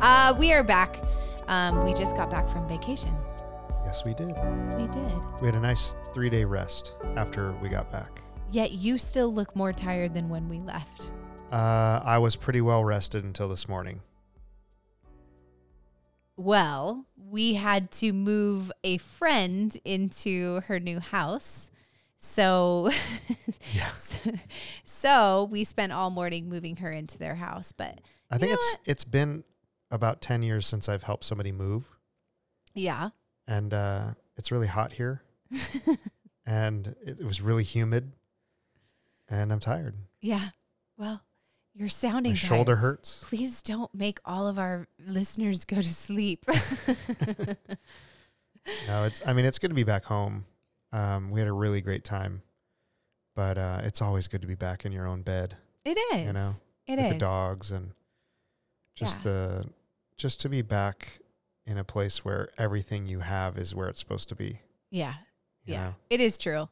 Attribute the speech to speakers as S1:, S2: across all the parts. S1: Uh, we are back. Um, we just got back from vacation.
S2: Yes, we did.
S1: We did.
S2: We had a nice three day rest after we got back.
S1: Yet you still look more tired than when we left.
S2: Uh, I was pretty well rested until this morning.
S1: Well, we had to move a friend into her new house. So,
S2: Yeah.
S1: so, so we spent all morning moving her into their house. But
S2: I
S1: You
S2: think
S1: know
S2: it's it's been about ten years since I've helped somebody move,
S1: yeah,
S2: and uh, it's really hot here, and it, it was really humid, and I'm tired.
S1: yeah. Well, you're sounding
S2: My
S1: tired.
S2: shoulder hurts.
S1: Please don't make all of our listeners go to sleep.
S2: No, it's. I mean, it's good to be back home. Um, we had a really great time, but uh, it's always good to be back in your own bed
S1: It is.
S2: You know,
S1: It
S2: with
S1: is.
S2: the dogs and just
S1: Yeah.
S2: the just to be back in a place where everything you have is where it's supposed to be.
S1: Yeah.
S2: you
S1: Yeah.
S2: know?
S1: It is true.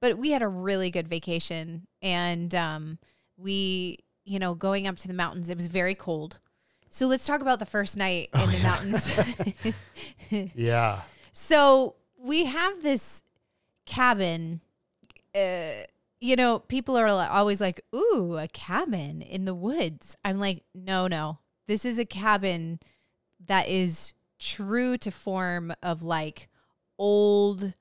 S1: But we had a really good vacation and um we, you know, going up to the mountains, it was very cold. So let's talk about the first night in
S2: Oh,
S1: the
S2: yeah.
S1: mountains.
S2: Yeah.
S1: so we have this cabin uh you know, people are li- always like, "Ooh, a cabin in the woods." I'm like, "No, no. This is a cabin that is true to form of like old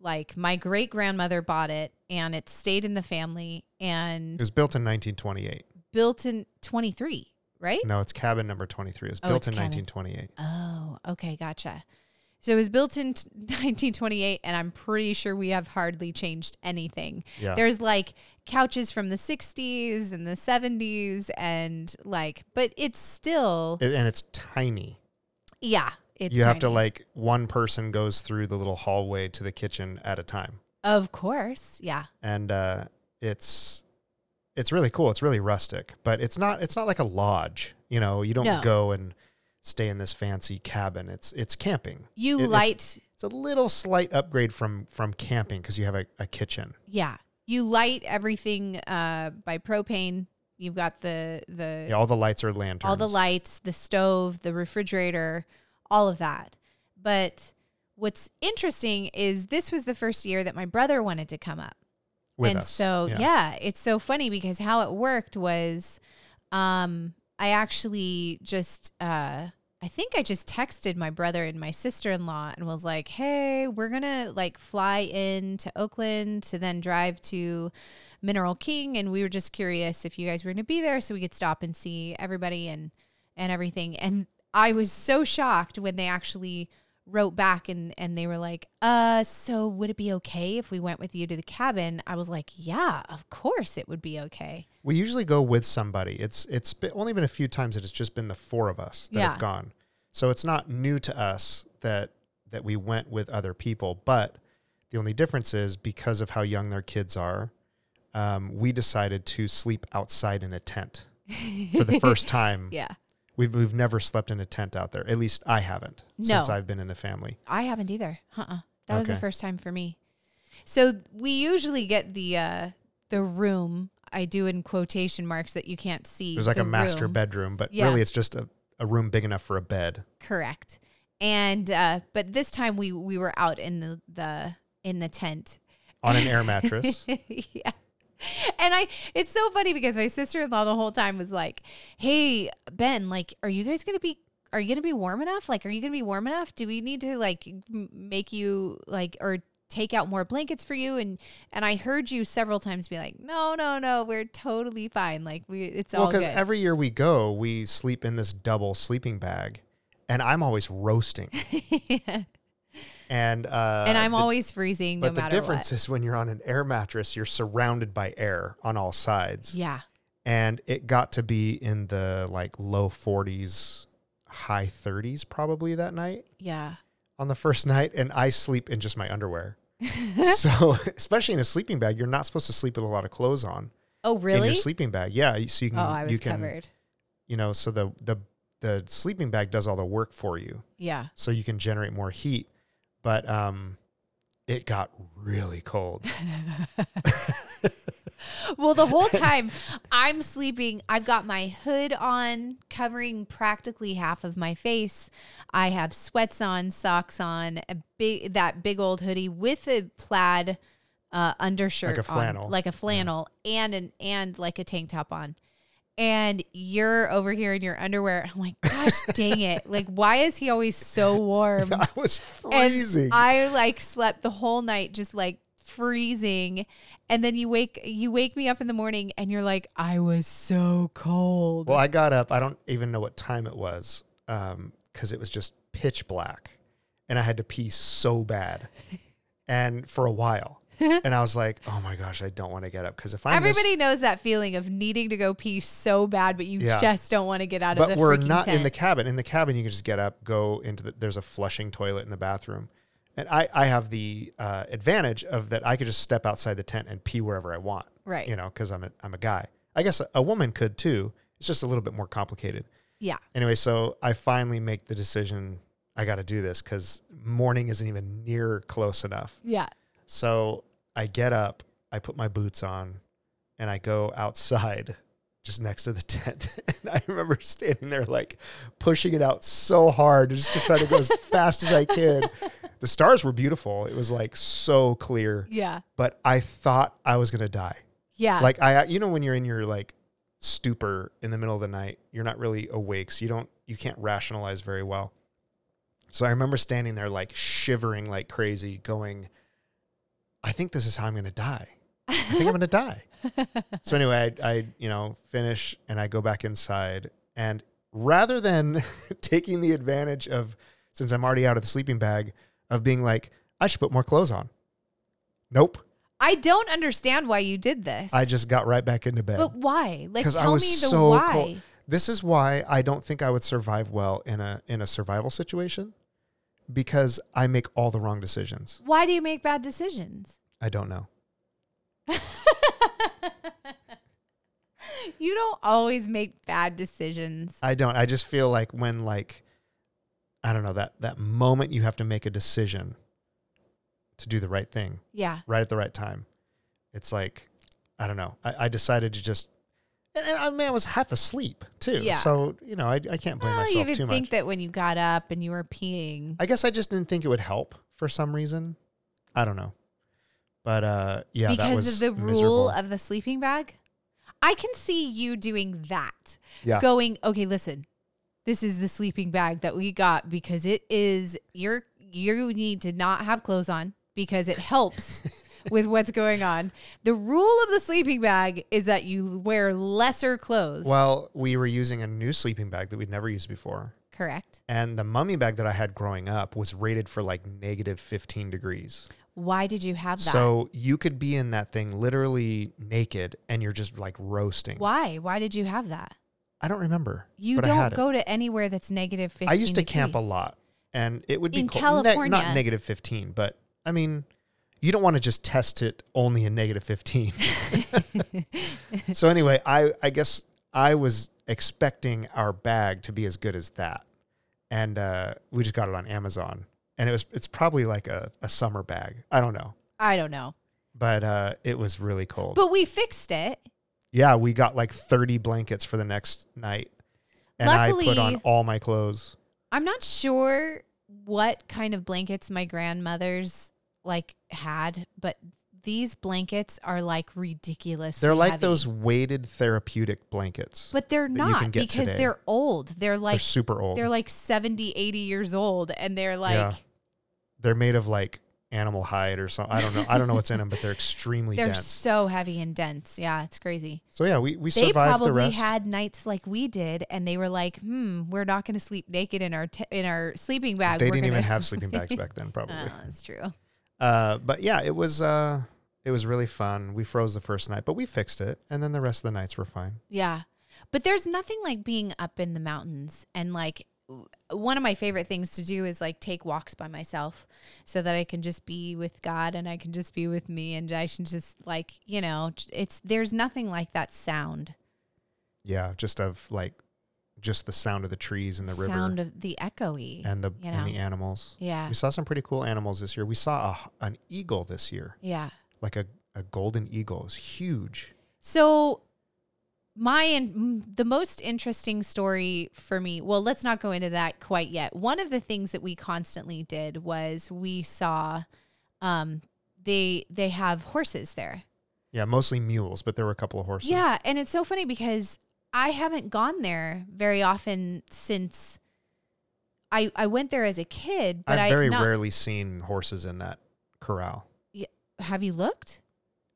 S1: like my great grandmother bought it and it stayed in the family and
S2: It was built in 1928.
S1: built in 23, right?
S2: No, it's cabin number 23. It was
S1: Oh,
S2: built
S1: it's
S2: in
S1: cabin.
S2: 1928.
S1: Oh, okay, gotcha. So it was built in t- 1928 and I'm pretty sure we have hardly changed anything.
S2: Yeah.
S1: There's like couches from the 60s and the 70s and like but it's still
S2: It- and it's tiny.
S1: yeah, it's
S2: you have to
S1: tiny.
S2: like one person goes through the little hallway to the kitchen at a time.
S1: Of course. Yeah.
S2: And uh it's it's really cool. It's really rustic, but it's not it's not like a lodge. You know, you don't
S1: No.
S2: go and stay in this fancy cabin. It's it's camping.
S1: You
S2: It- it's-
S1: light
S2: It's a little slight upgrade from from camping because you have a, a kitchen.
S1: yeah. You light everything uh by propane. You've got the the
S2: Yeah, all the lights are lanterns.
S1: all the lights, the stove, the refrigerator, all of that. But what's interesting is this was the first year that my brother wanted to come up.
S2: with
S1: and
S2: us.
S1: so
S2: Yeah.
S1: yeah. it's so funny because how it worked was um I actually just uh I think I just texted my brother and my sister-in-law and was like, "Hey, we're going to like fly in to Oakland to then drive to Mineral King and we were just curious if you guys were going to be there so we could stop and see everybody and and everything." And I was so shocked when they actually wrote back and and they were like, "Uh, so would it be okay if we went with you to the cabin?" I was like, "Yeah, of course it would be okay."
S2: We usually go with somebody. It's it's be- only been a few times that it's just been the four of us that
S1: Yeah.
S2: have gone. So it's not new to us that that we went with other people, but the only difference is because of how young their kids are, um, we decided to sleep outside in a tent for the first time.
S1: Yeah.
S2: We've we've never slept in a tent out there. At least I haven't since
S1: No.
S2: I've been in the family.
S1: I haven't either. Uh-uh. That was the
S2: Okay.
S1: first time for me. So we usually get the uh the room. I do in quotation marks that you can't see.
S2: There's like
S1: the
S2: a master
S1: room.
S2: bedroom, but
S1: Yeah.
S2: really it's just a, a room big enough for a bed.
S1: Correct. And uh but this time we we were out in the the in the tent
S2: on an air mattress.
S1: yeah. And I, it's so funny because my sister in law the whole time was like, "Hey Ben, like, are you guys gonna be, are you gonna be warm enough? Like, are you gonna be warm enough? Do we need to like m- make you like or take out more blankets for you?" And and I heard you several times be like, "No, no, no, we're totally fine. Like, we, it's
S2: well,
S1: all good."
S2: because every year we go, we sleep in this double sleeping bag, and I'm always roasting.
S1: Yeah.
S2: And uh,
S1: and I'm
S2: the-
S1: always freezing, no
S2: But the
S1: matter
S2: difference is when you're on an air mattress, you're surrounded by air on all sides,
S1: what. Yeah.
S2: and it got to be in the like low 40s, high 30s probably that night
S1: Yeah.
S2: on the first night, and I sleep in just my underwear. so especially in a sleeping bag, you're not supposed to sleep with a lot of clothes on
S1: Oh,
S2: in
S1: really?
S2: your sleeping bag. Yeah, so you can
S1: oh, I was
S2: you can
S1: covered.
S2: you know so the the the sleeping bag does all the work for you
S1: Yeah.
S2: so you can generate more heat but um it got really cold
S1: Well, the whole time I'm sleeping, I've got my hood on, covering practically half of my face. I have sweats on, socks on, a big that big old hoodie with a plaid uh, undershirt,
S2: Like a
S1: on,
S2: flannel.
S1: like a flannel, and an and like a tank top on. And you're over here in your underwear. I'm like, gosh, dang it! Like, why is he always so warm?
S2: I was
S1: And
S2: freezing.
S1: I like slept the whole night just like freezing. And then you wake you wake me up in the morning and you're like, I was so cold.
S2: well, I got up. I don't even know what time it was because it was just pitch black, and I had to pee so bad, and for a while. and I was like, "Oh my gosh, I don't want to get up because if I'm this-
S1: Everybody knows that feeling of needing to go pee so bad, but you
S2: Yeah.
S1: just don't want to get out of
S2: but
S1: the
S2: we're
S1: freaking
S2: not in the
S1: tent.
S2: cabin. In the cabin, you can just get up, go into the. There's a flushing toilet in the bathroom, and I I have the uh, advantage of that. I could just step outside the tent and pee wherever I want.
S1: Right.
S2: You know, because I'm a I'm a guy. I guess a, a woman could too. It's just a little bit more complicated.
S1: Yeah.
S2: Anyway, so I finally make the decision. I got to do this because morning isn't even near close enough.
S1: Yeah.
S2: So I get up, I put my boots on, and I go outside just next to the tent. And I remember standing there like pushing it out so hard just to try to go as fast as I could. The stars were beautiful. It was like so clear,
S1: Yeah.
S2: but I thought I was going to die.
S1: Yeah.
S2: Like I you know when you're in your like stupor in the middle of the night, you're not really awake. So you don't you can't rationalize very well. So I remember standing there like shivering like crazy going I think this is how I'm going to die. I think I'm going to die. So anyway, I, I you know finish and I go back inside and rather than taking the advantage of since I'm already out of the sleeping bag of being like I should put more clothes on. Nope.
S1: I don't understand why you did this.
S2: I just got right back into bed.
S1: But why? Like
S2: because I
S1: tell
S2: was
S1: me the
S2: so
S1: why.
S2: cold. This is why I don't think I would survive well in a in a survival situation because I make all the wrong decisions.
S1: Why do you make bad decisions?
S2: I don't know.
S1: You don't always make bad decisions.
S2: I don't. I just feel like when like I don't know that that moment you have to make a decision to do the right thing
S1: Yeah.
S2: right at the right time. It's like I don't know. I, I decided to just and, and I mean I was half asleep too.
S1: Yeah.
S2: So you know I I can't blame
S1: I don't
S2: myself
S1: even
S2: too
S1: think
S2: much.
S1: that when you got up and you were peeing.
S2: I guess I just didn't think it would help for some reason. I don't know. But uh yeah, that
S1: because
S2: was
S1: of the rule
S2: miserable.
S1: of the sleeping bag, I can see you doing that.
S2: Yeah.
S1: Going, okay, listen, this is the sleeping bag that we got because it is your you need to not have clothes on because it helps with what's going on. The rule of the sleeping bag is that you wear lesser clothes.
S2: well, we were using a new sleeping bag that we'd never used before.
S1: correct.
S2: And the mummy bag that I had growing up was rated for like negative 15 degrees.
S1: Why did you have that?
S2: So you could be in that thing literally naked and you're just like roasting.
S1: Why? Why did you have that?
S2: I don't remember.
S1: You
S2: but I had
S1: don't
S2: it.
S1: go to anywhere that's negative 15.
S2: I used to camp a
S1: degrees.
S2: lot, and it would be
S1: In
S2: cold. Ne-
S1: California.
S2: not negative fifteen, but I mean, you don't want to just test it only in negative fifteen. so anyway, I I guess I was expecting our bag to be as good as that, and uh, we just got it on Amazon, and it was it's probably like a, a summer bag. I don't know,
S1: I don't know.
S2: but uh, it was really cold.
S1: But we fixed it.
S2: yeah, we got like thirty blankets for the next night, and I put on
S1: Luckily-
S2: all my clothes.
S1: I'm not sure what kind of blankets my grandmother's like had, but these blankets are like ridiculous.
S2: They're like those weighted therapeutic blankets.
S1: but they're
S2: you
S1: not
S2: can get
S1: because
S2: today.
S1: they're old. They're
S2: they're
S1: like
S2: super old.
S1: they're,
S2: They're,
S1: like 70, 80 years old and they're like
S2: Yeah. made of like animal hide or something. I don't know. I don't know what's in them, but they're extremely
S1: they're
S2: dense.
S1: so heavy and dense. Yeah, it's crazy.
S2: So yeah, we, we
S1: they
S2: survived the
S1: probably
S2: rest.
S1: had nights like we did and they were like, "Hmm, we're not going to sleep naked in our t- in our sleeping bag."
S2: they
S1: We're
S2: didn't even
S1: gonna-
S2: have sleeping bags back then, probably.
S1: Oh, that's true.
S2: Uh, but yeah, it was uh, it was really fun. We froze the first night, but we fixed it, and then the rest of the nights were fine.
S1: Yeah. But there's nothing like being up in the mountains and like w- one of my favorite things to do is like take walks by myself so that I can just be with God and I can just be with me and I can just like, you know, j- it's there's nothing like that sound.
S2: Yeah, just of like just the sound of the trees and the river
S1: sound of the echoey.
S2: and the
S1: you
S2: and the
S1: know.
S2: animals.
S1: yeah.
S2: We saw some pretty cool animals this year. We saw a, h- an eagle this year.
S1: Yeah.
S2: like a a golden eagle. It was huge.
S1: So my and the most interesting story for me, well, let's not go into that quite yet. One of the things that we constantly did was we saw um they they have horses there.
S2: Yeah, mostly mules, but there were a couple of horses.
S1: Yeah, and it's so funny because I haven't gone there very often since I I went there as a kid, but
S2: I've
S1: I
S2: very
S1: not-
S2: rarely seen horses in that corral.
S1: have you looked?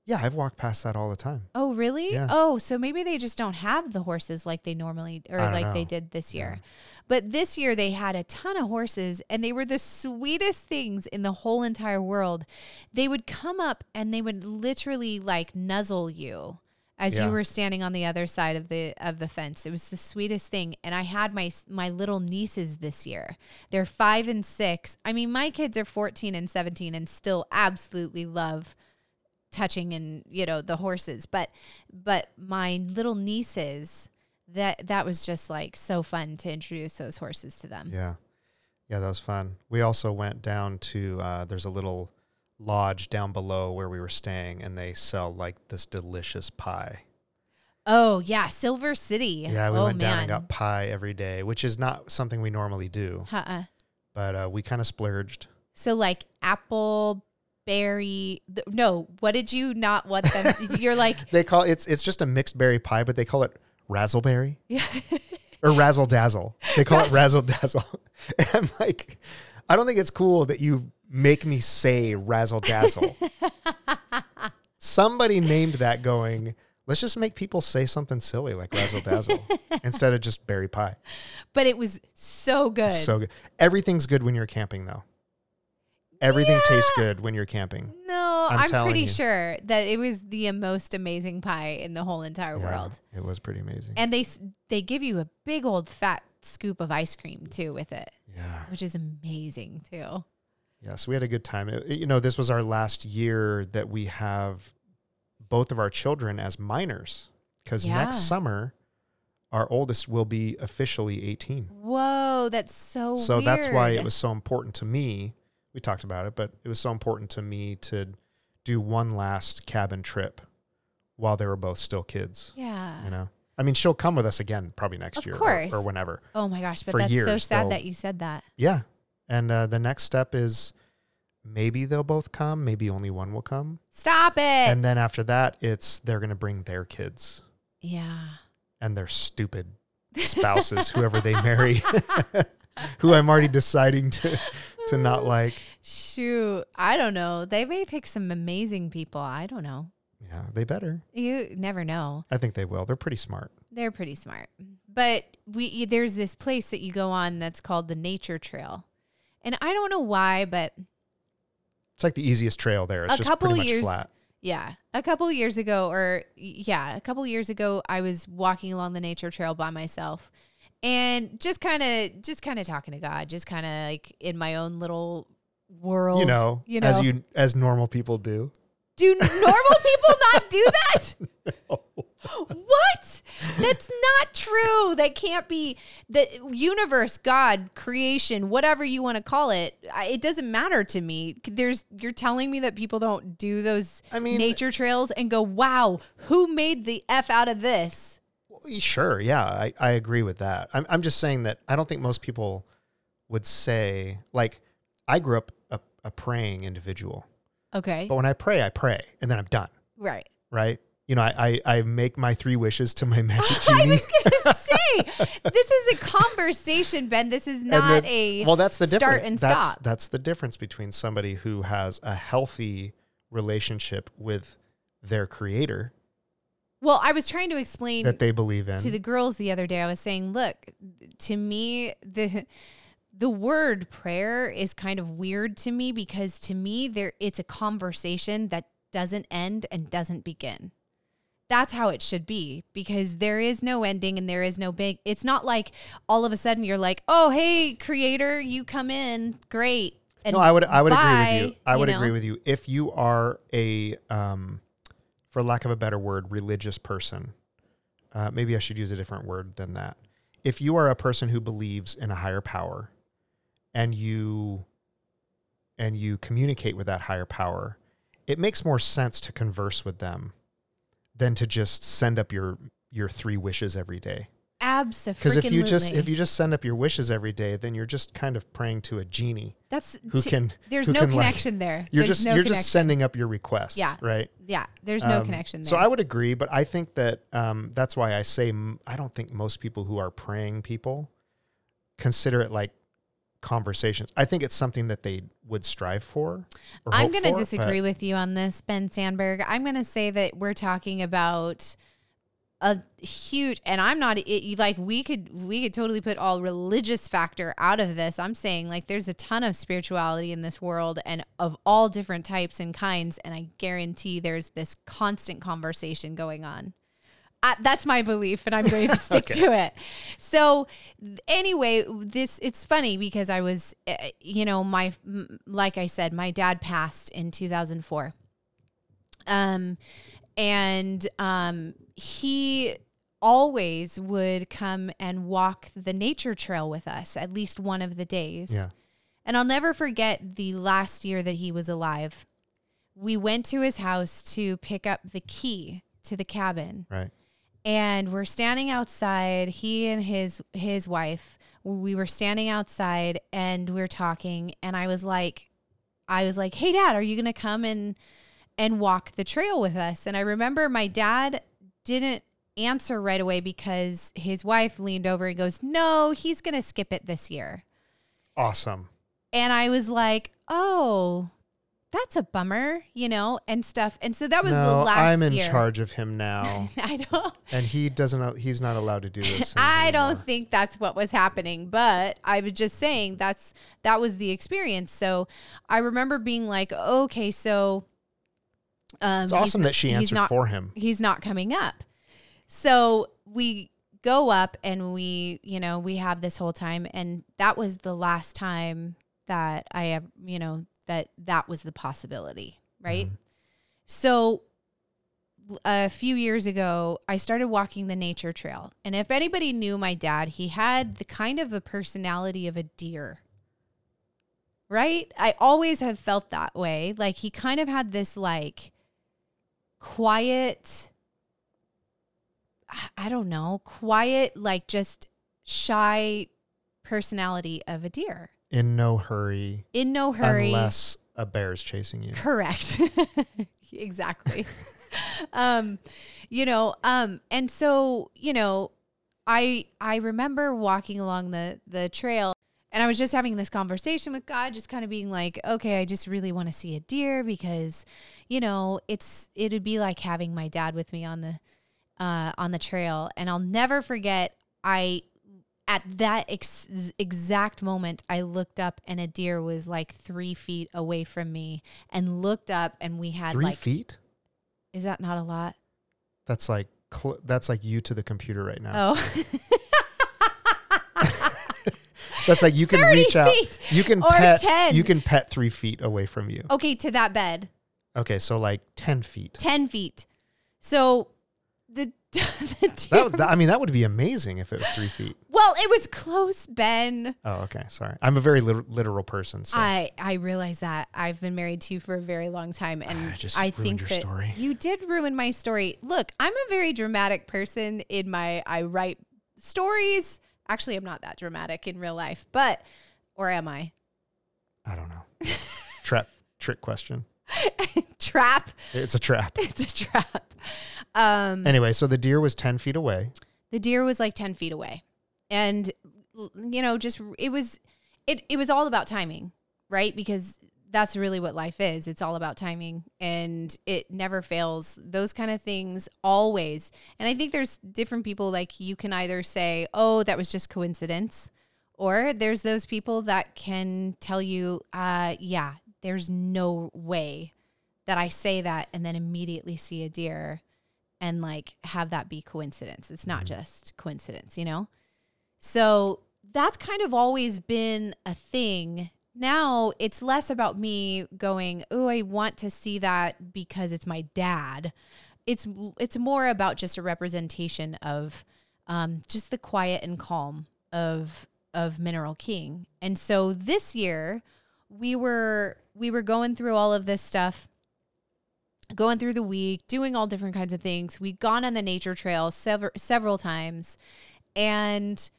S2: Yeah, I've walked past that all the time.
S1: Oh, really?
S2: Yeah.
S1: Oh, so maybe they just don't have the horses like they normally or
S2: I don't
S1: like they
S2: know.
S1: did this
S2: Yeah.
S1: year. But this year they had a ton of horses and they were the sweetest things in the whole entire world. They would come up and they would literally like nuzzle you as
S2: Yeah.
S1: you were standing on the other side of the of the fence. It was the sweetest thing and I had my s- my little nieces this year. They're 5 and 6. I mean, my kids are 14 and 17 and still absolutely love touching and you know the horses but but my little nieces that that was just like so fun to introduce those horses to them
S2: Yeah. Yeah, that was fun. We also went down to uh, there's a little lodge down below where we were staying and they sell like this delicious pie.
S1: oh yeah silver city
S2: Yeah, we
S1: oh,
S2: went down and got pie every day, which is not something we normally do,
S1: uh-uh.
S2: but uh, we kind of splurged.
S1: so like apple berry th- no what did you not want them you're like
S2: They call it's it's just a mixed berry pie, but they call it razzleberry
S1: yeah
S2: or razzle dazzle. They call it razzle dazzle. And I'm like, I don't think it's cool that you make me say razzle dazzle. Somebody named that going. Let's just make people say something silly like razzle dazzle instead of just berry pie.
S1: but it was so good
S2: So good. Everything's good when you're camping, though. Everything tastes good when you're camping.
S1: no
S2: I'm
S1: i'm,
S2: telling
S1: pretty
S2: you.
S1: sure that it was the most amazing pie in the whole entire
S2: Yeah,
S1: world
S2: It was pretty amazing.
S1: and they s- they give you a big old fat scoop of ice cream too with it
S2: yeah.
S1: which is amazing too
S2: Yes, we had a good time. It- it- you know, this was our last year that we have both of our children as minors because next
S1: Yeah.
S2: summer, our oldest will be officially 18.
S1: whoa that's so
S2: so that's why it
S1: Oh, weird.
S2: was so important to me. We talked about it, but it was so important to me to do one last cabin trip while they were both still kids.
S1: yeah
S2: You know, I mean, she'll come with us again probably next
S1: Of
S2: year or-
S1: course.
S2: or whenever.
S1: oh my gosh but
S2: for
S1: that's so
S2: years,
S1: sad
S2: they'll-
S1: that you said that
S2: Yeah. And uh, the next step is maybe they'll both come, maybe only one will come.
S1: stop it
S2: And then after that, it's they're going to bring their kids
S1: yeah
S2: and their stupid spouses, whoever they marry, who I'm already deciding to, to not like.
S1: shoot i don't know they may pick some amazing people i don't know
S2: Yeah, they better.
S1: you never know
S2: I think they will. They're pretty smart.
S1: they're pretty smart but we there's this place that you go on that's called the nature trail and i don't know why but
S2: It's like the easiest trail there. It's
S1: A
S2: just
S1: couple
S2: pretty much
S1: years-
S2: flat.
S1: Yeah. A couple years ago, or yeah, a couple years ago, I was walking along the nature trail by myself and just kind of, just kind of talking to God, just kind of like in my own little world.
S2: You know,
S1: you know,
S2: as you as normal people do.
S1: do normal people not do that? What? That's not true. That can't be the universe, God, creation, whatever you want to call it. I, it doesn't matter to me. There's you're telling me that people don't do those
S2: I mean-
S1: nature trails and go, "Wow, who made the f out of this?"
S2: Well, Sure, yeah, I, I agree with that. I'm I'm just saying that I don't think most people would say like I grew up a, a praying individual,
S1: Okay.
S2: but when I pray, I pray and then I'm done,
S1: Right.
S2: right? You know, I I, I make my three wishes to my magic
S1: I
S2: genie.
S1: was gonna say this is a conversation, Ben. This is
S2: and
S1: not
S2: then-
S1: a
S2: well, that's the
S1: start
S2: difference.
S1: and
S2: that's
S1: stop.
S2: that's the difference between somebody who has a healthy relationship with their creator
S1: well. I was trying to explain
S2: that they believe in.
S1: to the girls the other day i was saying look to me the the word prayer is kind of weird to me because to me there it's a conversation that doesn't end and doesn't begin that's how it should be because there is no ending and there is no big it's not like all of a sudden you're like oh hey creator you come in great and
S2: no, I would I would agree with
S1: bye,
S2: you. I would
S1: know?
S2: agree with you if you are a um, for lack of a better word, religious person. Uh, maybe I should use a different word than that. If you are a person who believes in a higher power, and you and you communicate with that higher power, it makes more sense to converse with them than to just send up your your three wishes every day.
S1: Absolutely.
S2: Because if you just if you just send up your wishes every day, then you're just kind of praying to a genie
S1: that's
S2: who
S1: t-
S2: can.
S1: there's
S2: who
S1: no
S2: can, like-
S1: connection there.
S2: You're
S1: There's
S2: just
S1: no
S2: you're
S1: connection.
S2: just sending up your requests.
S1: Yeah.
S2: Right.
S1: yeah. There's no
S2: Um,
S1: connection there.
S2: So I would agree, but I think that um, that's why I say m- I don't think most people who are praying people consider it like conversations. I think it's something that they would strive for. Or
S1: I'm
S2: hope
S1: going to
S2: for,
S1: disagree with you on this, Ben Sandberg. I'm going to say that we're talking about a huge, and I'm not it, you- like we could we could totally put all religious factor out of this. I'm saying like there's a ton of spirituality in this world and of all different types and kinds, and I guarantee there's this constant conversation going on. I, that's my belief and i'm going to stick
S2: Okay.
S1: to it so th- anyway this it's funny because i was uh, you know my m- like i said my dad passed in 2004 um and um he always would come and walk the nature trail with us at least one of the days
S2: Yeah.
S1: and I'll never forget the last year that he was alive. We went to his house to pick up the key to the cabin
S2: Right.
S1: and we're standing outside he and his his wife we were standing outside and we are talking and i was like i was like hey dad are you going to come and and walk the trail with us and i remember my dad didn't answer right away because his wife leaned over and goes no he's going to skip it this year
S2: Awesome.
S1: and I was like, oh, that's a bummer, you know, and stuff. And so that was
S2: no,
S1: the last
S2: I'm in
S1: year.
S2: charge of him now,
S1: I don't.
S2: and he doesn't. al- He's not allowed to do this.
S1: I don't
S2: anymore.
S1: think that's what was happening, but I was just saying that's that was the experience. So I remember being like, okay, so um,
S2: It's
S1: he's
S2: awesome
S1: not-
S2: that she
S1: he's
S2: answered
S1: not-
S2: for him.
S1: he's not coming up. So we go up and we, you know, we have this whole time. And that was the last time that I, ev- you know, that that was the possibility, right? So a few years ago, I started walking the nature trail. And if anybody knew my dad, he had the kind of a personality of a deer. Right? I always have felt that way. Like he kind of had this like quiet I- I don't know, quiet like just shy personality of a deer.
S2: In no hurry,
S1: In no hurry.
S2: unless a bear's chasing you.
S1: Correct. exactly. um, you know, um, and so, you know, I I remember walking along the the trail and I was just having this conversation with God, just kind of being like, okay, I just really want to see a deer because, you know, it's it'd be like having my dad with me on the uh, on the trail, and I'll never forget. I at that ex- exact moment, I looked up and a deer was like three feet away from me, and looked up, and we had
S2: Three
S1: like,
S2: feet.
S1: is that not a lot?
S2: That's like cl- that's like you to the computer right now.
S1: Oh.
S2: That's like you can
S1: 30
S2: reach out.
S1: feet
S2: You can
S1: or
S2: pet.
S1: 10.
S2: You can pet three feet away from you.
S1: okay, to that bed.
S2: Okay, so like ten feet.
S1: 10 feet. So the, the deer,
S2: That, that- I mean, that would be amazing if it was three feet.
S1: well, it was close, Ben.
S2: Oh, okay. Sorry, I'm a very lit- literal person. So
S1: I, I realize that I've been married to you for a very long time, and
S2: I just
S1: I
S2: ruined
S1: think
S2: your
S1: that
S2: story.
S1: you did ruin my story. Look, I'm a very dramatic person in my I write stories. Actually, I'm not that dramatic in real life, but or am I?
S2: I don't know. Trap trick question.
S1: trap.
S2: It's a trap.
S1: It's a trap. Um,
S2: Anyway, so the deer was ten feet away.
S1: the deer was like 10 feet away and l- you know just r- it was it, it was all about timing right because that's really what life is it's all about timing and it never fails those kind of things always and i think there's different people like you can either say oh that was just coincidence or there's those people that can tell you uh yeah there's no way that i say that and then immediately see a deer and like have that be coincidence. It's not just coincidence, you know? So that's kind of always been a thing. Now it's less about me going, "Oh, I want to see that because it's my dad." It's it's more about just a representation of um, just the quiet and calm of of Mineral King. And so this year we were we were going through all of this stuff going through the week, doing all different kinds of things. We'd gone on the nature trail several several times, and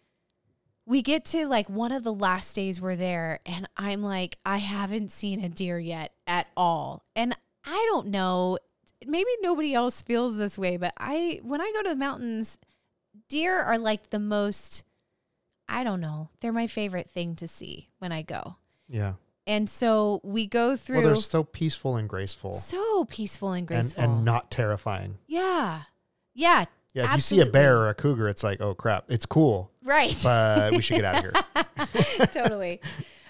S1: we get to like one of the last days we're there, and I'm like, I haven't seen a deer yet at all, and I don't know. Maybe nobody else feels this way, but I when I go to the mountains, deer are like the most. I don't know. They're my favorite thing to see when I go.
S2: Yeah.
S1: And so we go through
S2: Well, they're so peaceful and graceful,
S1: so peaceful and
S2: and,
S1: graceful.
S2: and not terrifying.
S1: yeah. Yeah.
S2: Yeah. If you see a bear
S1: Absolutely.
S2: or a cougar, it's like, oh crap, it's cool,
S1: Right.
S2: but we should get out of here.
S1: totally.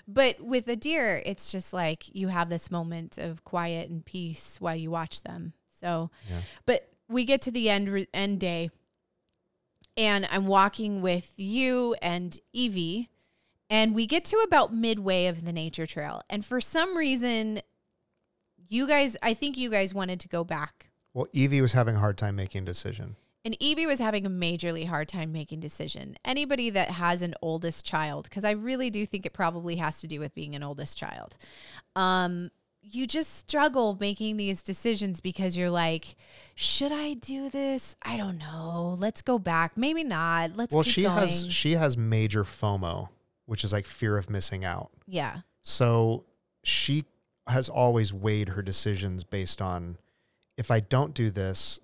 S1: But with a deer, it's just like you have this moment of quiet and peace while you watch them. So,
S2: Yeah.
S1: but we get to the end re- end day, and I'm walking with you and Evie, and we get to about midway of the nature trail, and for some reason, you guys, I think you guys wanted to go back,
S2: Well, Evie was having a hard time making a decision.
S1: and Evie was having a majorly hard time making decision. Anybody that has an oldest child, because I really do think it probably has to do with being an oldest child. Um, you just struggle making these decisions because you're like, should I do this? I don't know. Let's go back. Maybe not. Let's.
S2: well,
S1: keep
S2: she
S1: going.
S2: has she has major FOMO, which is like fear of missing out.
S1: yeah.
S2: So she has always weighed her decisions based on if I don't do this,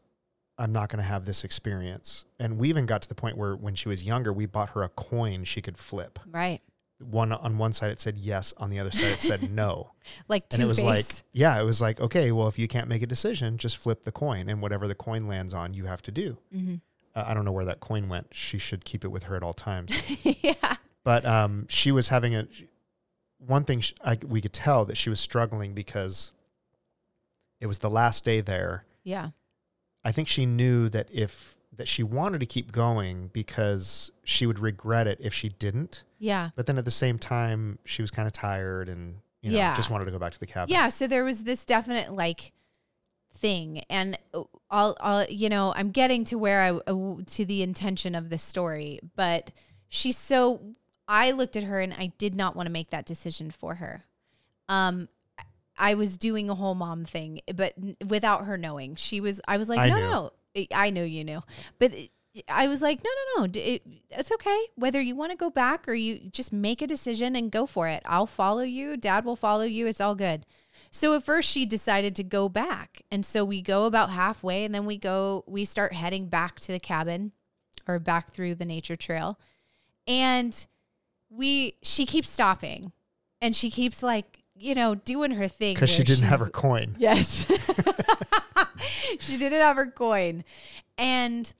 S2: I'm not going to have this experience. And we even got to the point where when she was younger, we bought her a coin she could flip.
S1: Right.
S2: One on one side it said yes, on the other side it said no.
S1: Like two
S2: and it was
S1: face.
S2: like, yeah, it was like, okay, well if you can't make a decision, just flip the coin and whatever the coin lands on, you have to do. Uh, I don't know where that coin went. She should keep it with her at all times
S1: yeah.
S2: but um, she was having a one thing sh I, we could tell that she was struggling because it was the last day there.
S1: Yeah.
S2: I think she knew that if that she wanted to keep going because she would regret it if she didn't.
S1: Yeah.
S2: But then at the same time, she was kind of tired and you know
S1: Yeah.
S2: just wanted to go back to the cabin.
S1: Yeah, so there was this definite like thing, and uh, I'll, I'll you know, I'm getting to where I uh, to the intention of this story, but she's so I looked at her and I did not want to make that decision for her. Um, I was doing a whole mom thing, but n- without her knowing, she was. I was like,
S2: I
S1: no,
S2: knew.
S1: no, I- I knew you knew, but. It, I was like, no, no, no. d- It, it's okay. Whether you want to go back or you just make a decision and go for it. I'll follow you. Dad will follow you. It's all good. So at first she decided to go back. And so we go about halfway and then we go we start heading back to the cabin or back through the nature trail. And we she keeps stopping and she keeps like, you know, doing her thing
S2: because she
S1: where
S2: didn't have
S1: she's-
S2: her coin.
S1: Yes. she didn't have her coin. And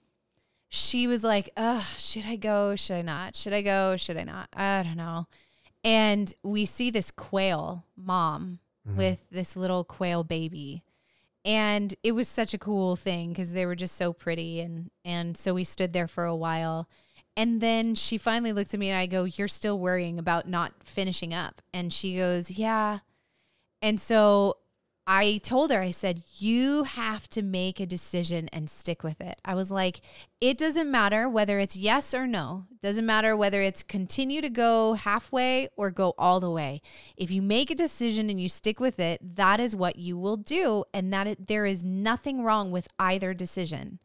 S1: she was like, Ugh, should I go? Should I not? Should I go? Should I not? I don't know. And we see this quail mom
S2: Mm-hmm.
S1: with this little quail baby. And it was such a cool thing because they were just so pretty. And, and so we stood there for a while. And then she finally looked at me and I go, You're still worrying about not finishing up. And she goes, Yeah. And so I told her, I said, you have to make a decision and stick with it. I was like, it doesn't matter whether it's yes or no. It doesn't matter whether it's continue to go halfway or go all the way. If you make a decision and you stick with it, that is what you will do. And that it, there is nothing wrong with either decision.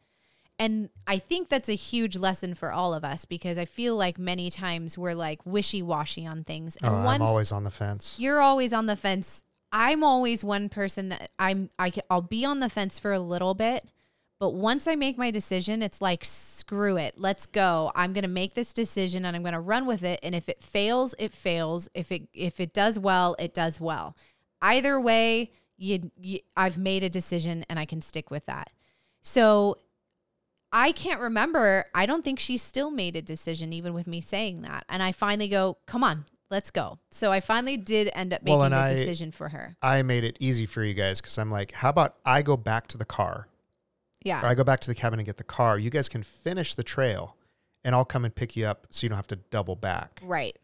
S1: And I think that's a huge lesson for all of us because I feel like many times we're like wishy washy on things.
S2: Oh,
S1: And
S2: I'm always on the fence.
S1: you're always on the fence. I'm always one person that I'm I ca- I'll be on the fence for a little bit, but once I make my decision, it's like screw it. Let's go. I'm going to make this decision and I'm going to run with it and if it fails, it fails. If it if it does well, it does well. Either way, you, you I've made a decision and I can stick with that. So I can't remember. I don't think she still made a decision, even with me saying that. And I finally go, come on, let's go. So I finally did end up making
S2: Well,
S1: a
S2: and I-
S1: decision for her.
S2: I made it easy for you guys because I'm like, how about I go back to the car
S1: Yeah.
S2: or I go back to the cabin and get the car. You guys can finish the trail and I'll come and pick you up so you don't have to double back.
S1: Right.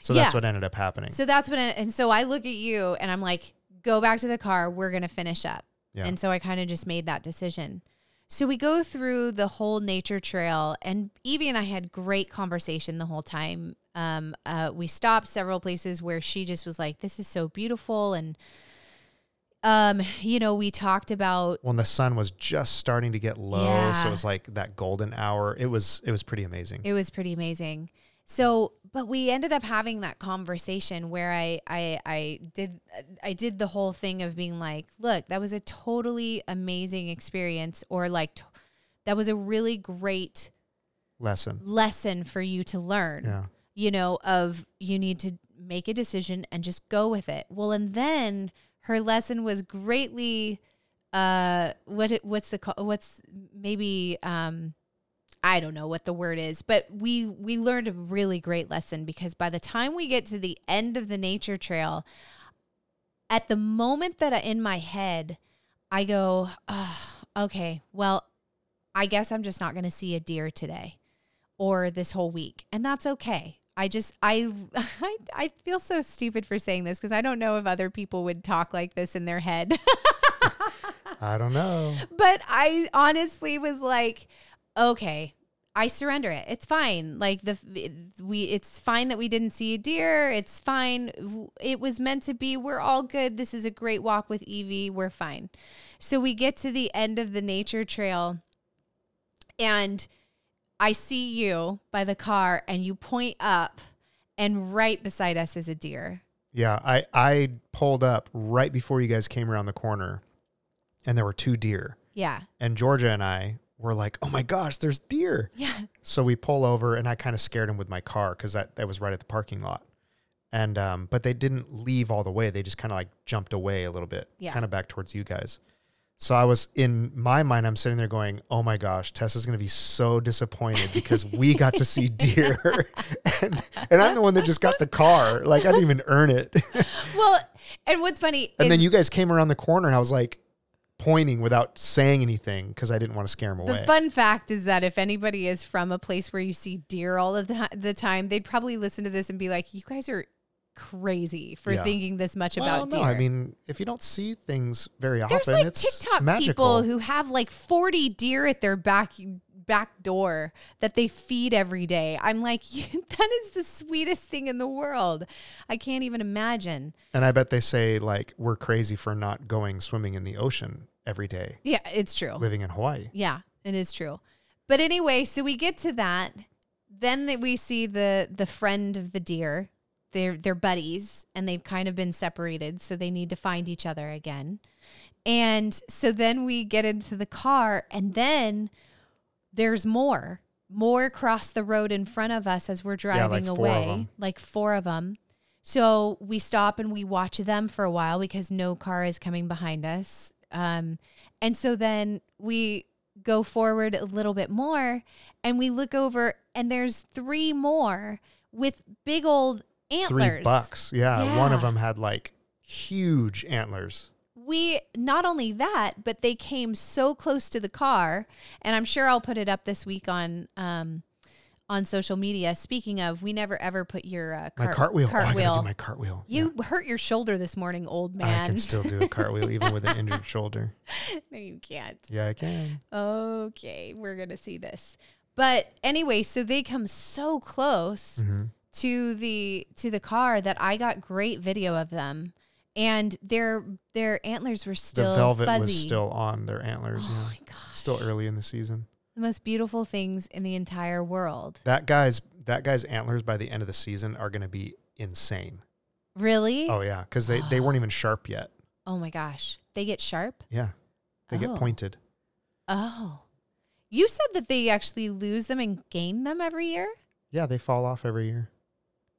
S2: So that's
S1: Yeah.
S2: what ended up happening.
S1: So that's when, it, and so I look at you and I'm like, go back to the car. We're going to finish up.
S2: Yeah.
S1: And so I kind of just made that decision. So we go through the whole nature trail, and Evie and I had great conversation the whole time. Um, uh, we stopped several places where she just was like, "This is so beautiful," and um, you know, we talked about
S2: when the sun was just starting to get low, so
S1: Yeah.
S2: it was like that golden hour. It was it was pretty amazing.
S1: It was pretty amazing. So, but we ended up having that conversation where I I I did I did the whole thing of being like, look, that was a totally amazing experience or like t- that was a really great
S2: Lesson.
S1: lesson for you to learn.
S2: Yeah.
S1: You know, of you need to make a decision and just go with it. Well, and then her lesson was greatly uh what it, what's the co- what's maybe um I don't know what the word is, but we we learned a really great lesson because by the time we get to the end of the nature trail, at the moment that I, in my head, I go, oh, okay, well, I guess I'm just not going to see a deer today or this whole week, and that's okay. I just I I, I feel so stupid for saying this because I don't know if other people would talk like this in their head.
S2: I don't know.
S1: but I honestly was like, okay, I surrender it. It's fine. Like the we, it's fine that we didn't see a deer. It's fine. It was meant to be. We're all good. This is a great walk with Evie. We're fine. So we get to the end of the nature trail, and I see you by the car, and you point up, and right beside us is a deer.
S2: Yeah, I I pulled up right before you guys came around the corner, and there were two deer.
S1: Yeah.
S2: And Georgia and I were like, "Oh my gosh, there's deer!"
S1: Yeah.
S2: So we pull over, and I kind of scared him with my car because that that was right at the parking lot. And um, but they didn't leave all the way. They just kind of like jumped away a little bit,
S1: Yeah.
S2: kind of back towards you guys. So I was in my mind, I'm sitting there going, "Oh my gosh, Tessa's gonna be so disappointed because we got to see deer, and, and I'm the one that just got the car. Like I didn't even earn it."
S1: Well, and what's funny
S2: And
S1: is
S2: then you guys came around the corner, and I was like pointing without saying anything because I didn't want to scare him
S1: The
S2: away.
S1: fun fact is that if anybody is from a place where you see deer all of the, ti- the time, they'd probably listen to this and be like, "You guys are crazy for
S2: Yeah.
S1: thinking this much
S2: well,
S1: about
S2: no,
S1: deer."
S2: I mean, if you don't see things very
S1: there's
S2: often,
S1: like
S2: it's
S1: TikTok
S2: magical.
S1: people who have like 40 deer at their back back door that they feed every day. I'm like, that is the sweetest thing in the world. I can't even imagine.
S2: and I bet they say like we're crazy for not going swimming in the ocean every day,
S1: Yeah, it's true.
S2: living in Hawaii.
S1: Yeah, it is true. But anyway, so we get to that. Then that we see the the friend of the deer. They're they're buddies and they've kind of been separated, so they need to find each other again. And so then we get into the car and then there's more. More cross the road in front of us as we're driving
S2: like four of
S1: away.
S2: them.
S1: Like four of them. So we stop and we watch them for a while because no car is coming behind us. Um, and so then we go forward a little bit more and we look over and there's three more with big old antlers.
S2: Three bucks, yeah, One of
S1: Yeah.
S2: them had like huge antlers.
S1: we not only that, but they came so close to the car, and I'm sure I'll put it up this week on um on social media. Speaking of, we never ever put your uh,
S2: My
S1: cart-
S2: cartwheel. Oh, I gotta
S1: cartwheel.
S2: do my cartwheel.
S1: you hurt your shoulder this morning, old
S2: Yeah. I
S1: man.
S2: can still do a cartwheel even with an injured shoulder.
S1: no, you can't.
S2: Yeah, I can.
S1: Okay, we're gonna see this. But anyway, so they come so close
S2: Mhm.
S1: to the to the car that I got great video of them, and their their antlers were still
S2: the velvet
S1: fuzzy.
S2: was still on their antlers.
S1: oh
S2: yeah.
S1: my god!
S2: Still early in the season.
S1: The most beautiful things in the entire world.
S2: That guy's that guy's antlers by the end of the season are going to be insane.
S1: Really?
S2: Oh yeah, because they they weren't even sharp yet.
S1: Oh my gosh! They get sharp.
S2: Yeah, they get
S1: Oh.
S2: pointed.
S1: Oh, you said that they actually lose them and gain them every year.
S2: Yeah, they fall off every year.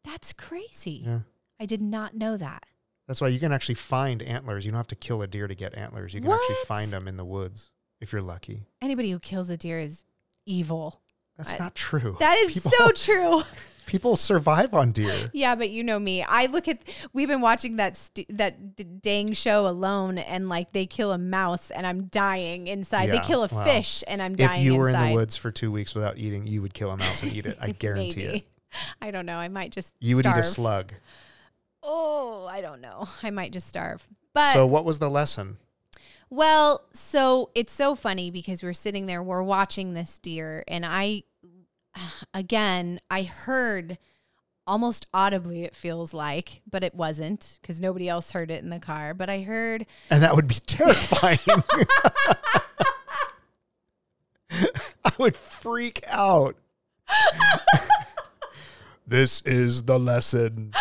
S1: That's crazy.
S2: Yeah,
S1: I did not know that.
S2: that's why you can actually find antlers. You don't have to kill a deer to get antlers. You can actually
S1: What?
S2: find them in the woods if you're lucky.
S1: Anybody who kills a deer is evil.
S2: That's
S1: I-
S2: not true.
S1: That is
S2: people,
S1: so true.
S2: people survive on deer.
S1: Yeah, but you know me. I look at we've been watching that st- that d- dang show alone, and like they kill a mouse, and I'm dying inside.
S2: Yeah,
S1: they kill a
S2: wow.
S1: fish, and I'm dying.
S2: If you were in
S1: inside.
S2: the woods for two weeks without eating, you would kill a mouse and eat it. I guarantee it.
S1: Maybe. I don't know. I might just
S2: You would
S1: starve.
S2: eat a slug.
S1: Oh, I don't know. I might just starve. But
S2: so what was the lesson?
S1: Well, so it's so funny because we're sitting there, we're watching this deer, and I, again, I heard almost audibly, it feels like, but it wasn't because nobody else heard it in the car. But I heard,
S2: And that would be terrifying. I would freak out. this is the lesson.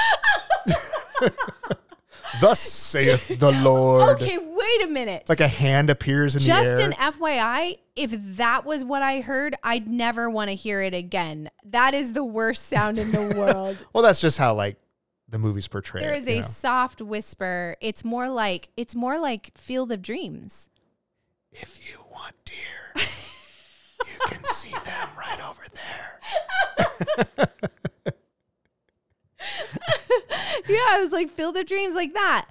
S2: Thus saith the Lord.
S1: okay, wait a minute.
S2: Like a hand appears in
S1: Just
S2: the air.
S1: an FYI, if that was what I heard, I'd never want to hear it again. That is the worst sound in the world.
S2: well, that's just how like the movies portray
S1: There
S2: it,
S1: is
S2: you
S1: a
S2: know.
S1: soft whisper. It's more like it's more like Field of Dreams.
S2: If you want deer, you can see them right over there.
S1: yeah, it was like Field of Dreams like that.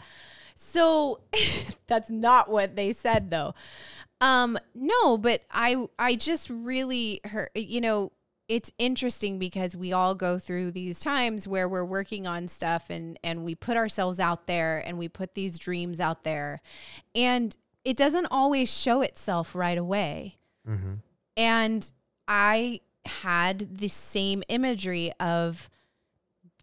S1: So that's not what they said though. Um no, but I I just really heard you know, it's interesting because we all go through these times where we're working on stuff and and we put ourselves out there and we put these dreams out there and it doesn't always show itself right away.
S2: Mm-hmm.
S1: And I had the same imagery of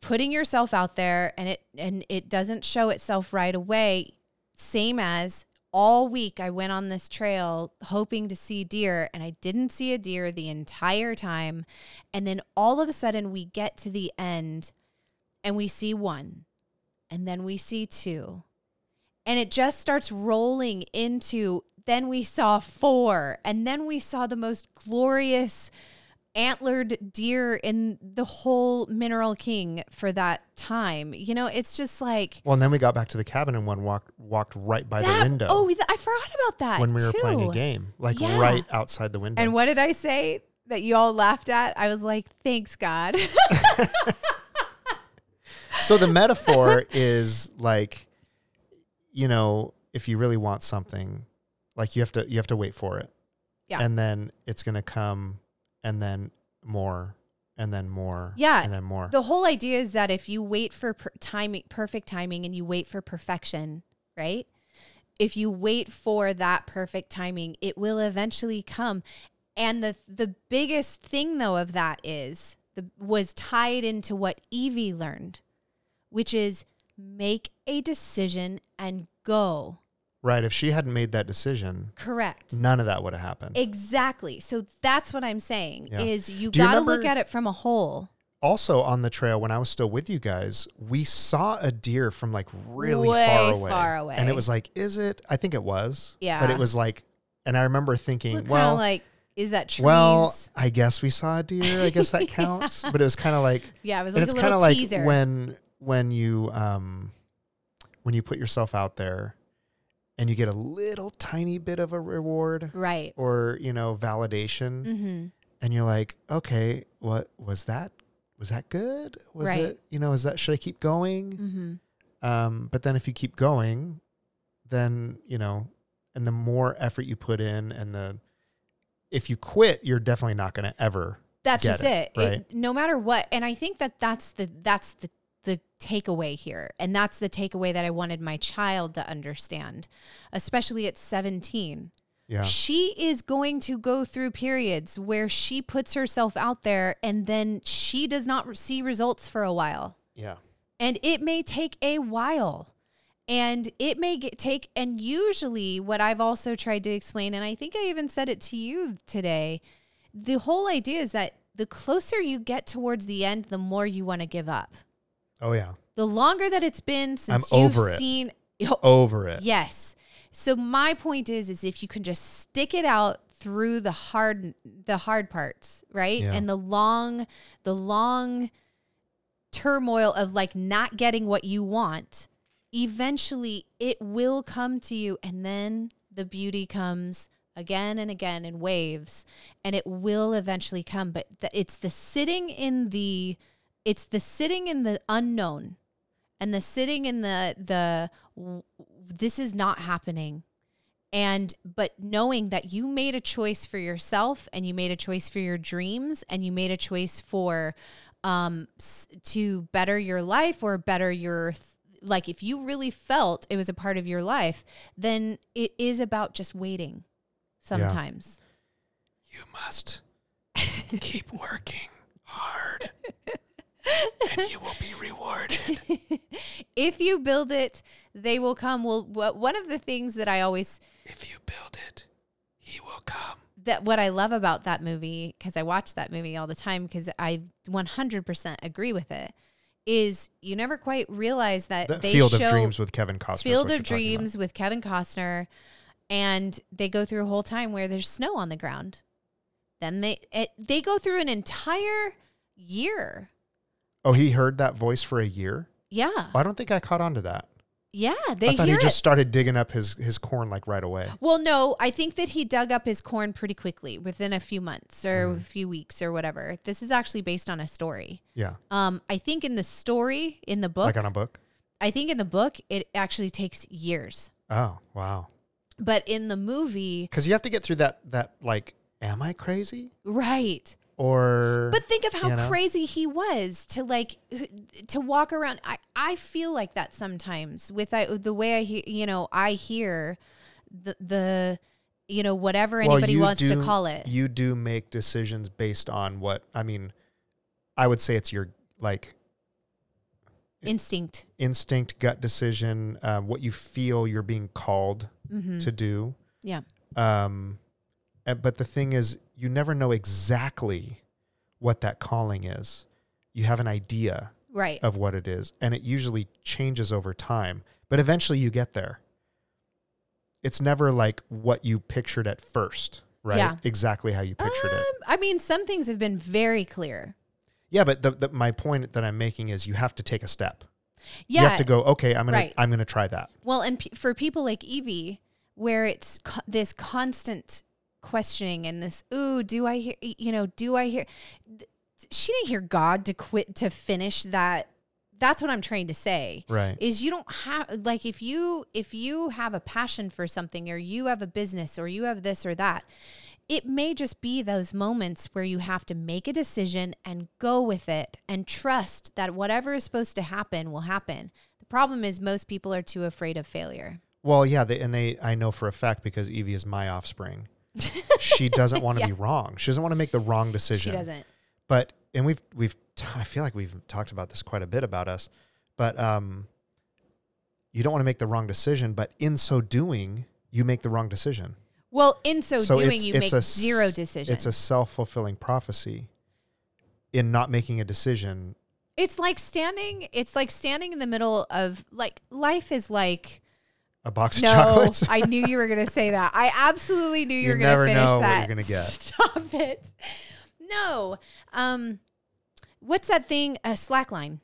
S1: putting yourself out there and it and it doesn't show itself right away. Same as all week I went on this trail hoping to see deer and I didn't see a deer the entire time. And then all of a sudden we get to the end and we see one. And then we see two and it just starts rolling into then we saw four and then we saw the most glorious antlered deer in the whole mineral king for that time you know it's just like
S2: Well, and then we got back to the cabin and one walked walked right by
S1: that
S2: the window
S1: oh th- i forgot about that
S2: when we were playing
S1: too.
S2: a game, like
S1: Yeah.
S2: right outside the window.
S1: and what did i say that you all laughed at i was like thanks god
S2: so the metaphor is like, you know, if you really want something, like you have to you have to wait for it,
S1: Yeah.
S2: and then it's gonna come, and then more, and then more,
S1: Yeah.
S2: and then more.
S1: The whole idea is that if you wait for per- timing, perfect timing, and you wait for perfection, right? If you wait for that perfect timing, it will eventually come. And the the biggest thing though of that is the was tied into what Evie learned, which is make a decision and go.
S2: right? If she hadn't made that decision,
S1: Correct.
S2: none of that would have happened.
S1: Exactly. So that's what I'm saying
S2: Yeah.
S1: is you
S2: Do you
S1: got to
S2: remember-
S1: look at it from a whole.
S2: also on the trail when I was still with you guys, we saw a deer from like really
S1: Way
S2: far away.
S1: far away.
S2: And it was like, is it? I think it was. But
S1: Yeah.
S2: it was like, and I remember thinking,
S1: Look kind
S2: well,
S1: of like is that trees?
S2: well, I guess we saw a deer. I guess that counts. But it was kind of like,
S1: Yeah, it was
S2: and
S1: like
S2: it's
S1: a
S2: kind
S1: little
S2: of like
S1: teaser.
S2: when when you um when you put yourself out there and you get a little tiny bit of a reward
S1: right.
S2: or you know validation
S1: Mm-hmm.
S2: and you're like, okay, what was that? Was that good? Was
S1: Right.
S2: it, you know, is that, should I keep going?
S1: Mm-hmm.
S2: Um, but then if you keep going, then, you know, and the more effort you put in and the, if you quit, you're definitely not going to ever.
S1: That's
S2: Get
S1: just
S2: it,
S1: it.
S2: right.
S1: No matter what, and I think that that's the that's the the takeaway here, and that's the takeaway that I wanted my child to understand, especially at seventeen.
S2: Yeah.
S1: She is going to go through periods where she puts herself out there, and then she does not re- see results for a while.
S2: Yeah.
S1: and it may take a while and it may get, take and usually what i've also tried to explain and i think i even said it to you today the whole idea is that the closer you get towards the end the more you want to give up
S2: Oh yeah.
S1: the longer that it's been since
S2: I'm
S1: you've
S2: over it.
S1: seen
S2: Over it.
S1: Yes. So my point is is if you can just stick it out through the hard the hard parts, right?
S2: Yeah.
S1: And the long the long turmoil of like not getting what you want, eventually it will come to you and then the beauty comes again and again in waves and it will eventually come but th- it's the sitting in the it's the sitting in the unknown and the sitting in the the w- this is not happening and but knowing that you made a choice for yourself and you made a choice for your dreams and you made a choice for um s- to better your life or better your th- like if you really felt it was a part of your life then it is about just waiting sometimes
S2: You must keep working hard and you will be rewarded.
S1: if you build it, they will come. Well, wha- one of the things that I always
S2: If you build it, he will come.
S1: that what I love about that movie because I watch that movie all the time because I 100% agree with it is you never quite realize that
S2: The
S1: they
S2: Field
S1: show
S2: of Dreams with Kevin Costner. is
S1: Field
S2: what
S1: of
S2: you're talking about.
S1: Dreams with Kevin Costner, and they go through a whole time where there's snow on the ground. Then they it, they go through an entire year.
S2: Oh, he heard that voice for a year.
S1: Yeah,
S2: I don't think I caught on to that.
S1: yeah, they
S2: I thought
S1: hear
S2: he just
S1: it.
S2: started digging up his his corn like right away.
S1: Well, no, I think that he dug up his corn pretty quickly within a few months or
S2: Mm.
S1: a few weeks or whatever. This is actually based on a story.
S2: Yeah,
S1: Um, I think in the story in the book,
S2: like on a book.
S1: I think in the book it actually takes years,
S2: Oh wow,
S1: but in the movie,
S2: because you have to get through that that like, am I crazy
S1: right?
S2: or?
S1: But think of how
S2: you know?
S1: crazy he was to like h- to walk around. I, I feel like that sometimes with I, the way I he- you know I hear the the you know whatever
S2: Well,
S1: anybody
S2: you
S1: wants to
S2: do-
S1: call it.
S2: You do make decisions based on what I mean. I would say it's your like
S1: instinct.
S2: instinct, gut decision, um, what you feel you're being called
S1: hmm
S2: to do.
S1: Yeah.
S2: Um, uh, but the thing is, you never know exactly what that calling is. You have an idea
S1: Right.
S2: of what it is, and it usually changes over time. But eventually, you get there. It's never like what you pictured at first, right?
S1: Yeah.
S2: Exactly how you pictured it.
S1: Um, I mean, some things have been very clear.
S2: Yeah, but the, the, my point that I'm making is you have to take a step.
S1: Yeah.
S2: You have to go. Okay, I'm gonna
S1: Right.
S2: I'm gonna try that.
S1: Well, and p- for people like Evie, where it's co- this constant questioning and this, ooh, do I hear, you know, do I hear? Th- She didn't hear God to quit to finish that. That's what I'm trying to say.
S2: Right.
S1: Is you don't have like if you if you have a passion for something or you have a business or you have this or that, it may just be those moments where you have to make a decision and go with it and trust that whatever is supposed to happen will happen. The problem is most people are too afraid of failure.
S2: Well, yeah, they, and they I know for a fact because Evie is my offspring. she doesn't want to be wrong. She doesn't want to make the wrong
S1: She
S2: decision.
S1: doesn't.
S2: But and we've we've t- I feel like we've talked about this quite a bit about us, but um, you don't want to make the wrong decision. But in so doing, you make the wrong decision.
S1: Well, in so, doing,
S2: it's-
S1: you
S2: it's
S1: make
S2: a s-
S1: zero decisions.
S2: It's a self fulfilling prophecy. In not making a decision,
S1: it's like standing. It's like standing in the middle of like life is like.
S2: a box of
S1: No,
S2: chocolates.
S1: I knew you were going to say that. I absolutely knew you,
S2: You
S1: were going to
S2: never
S1: finish
S2: know what
S1: that.
S2: you're gonna get.
S1: Stop it. No. Um, what's that thing? A slack line.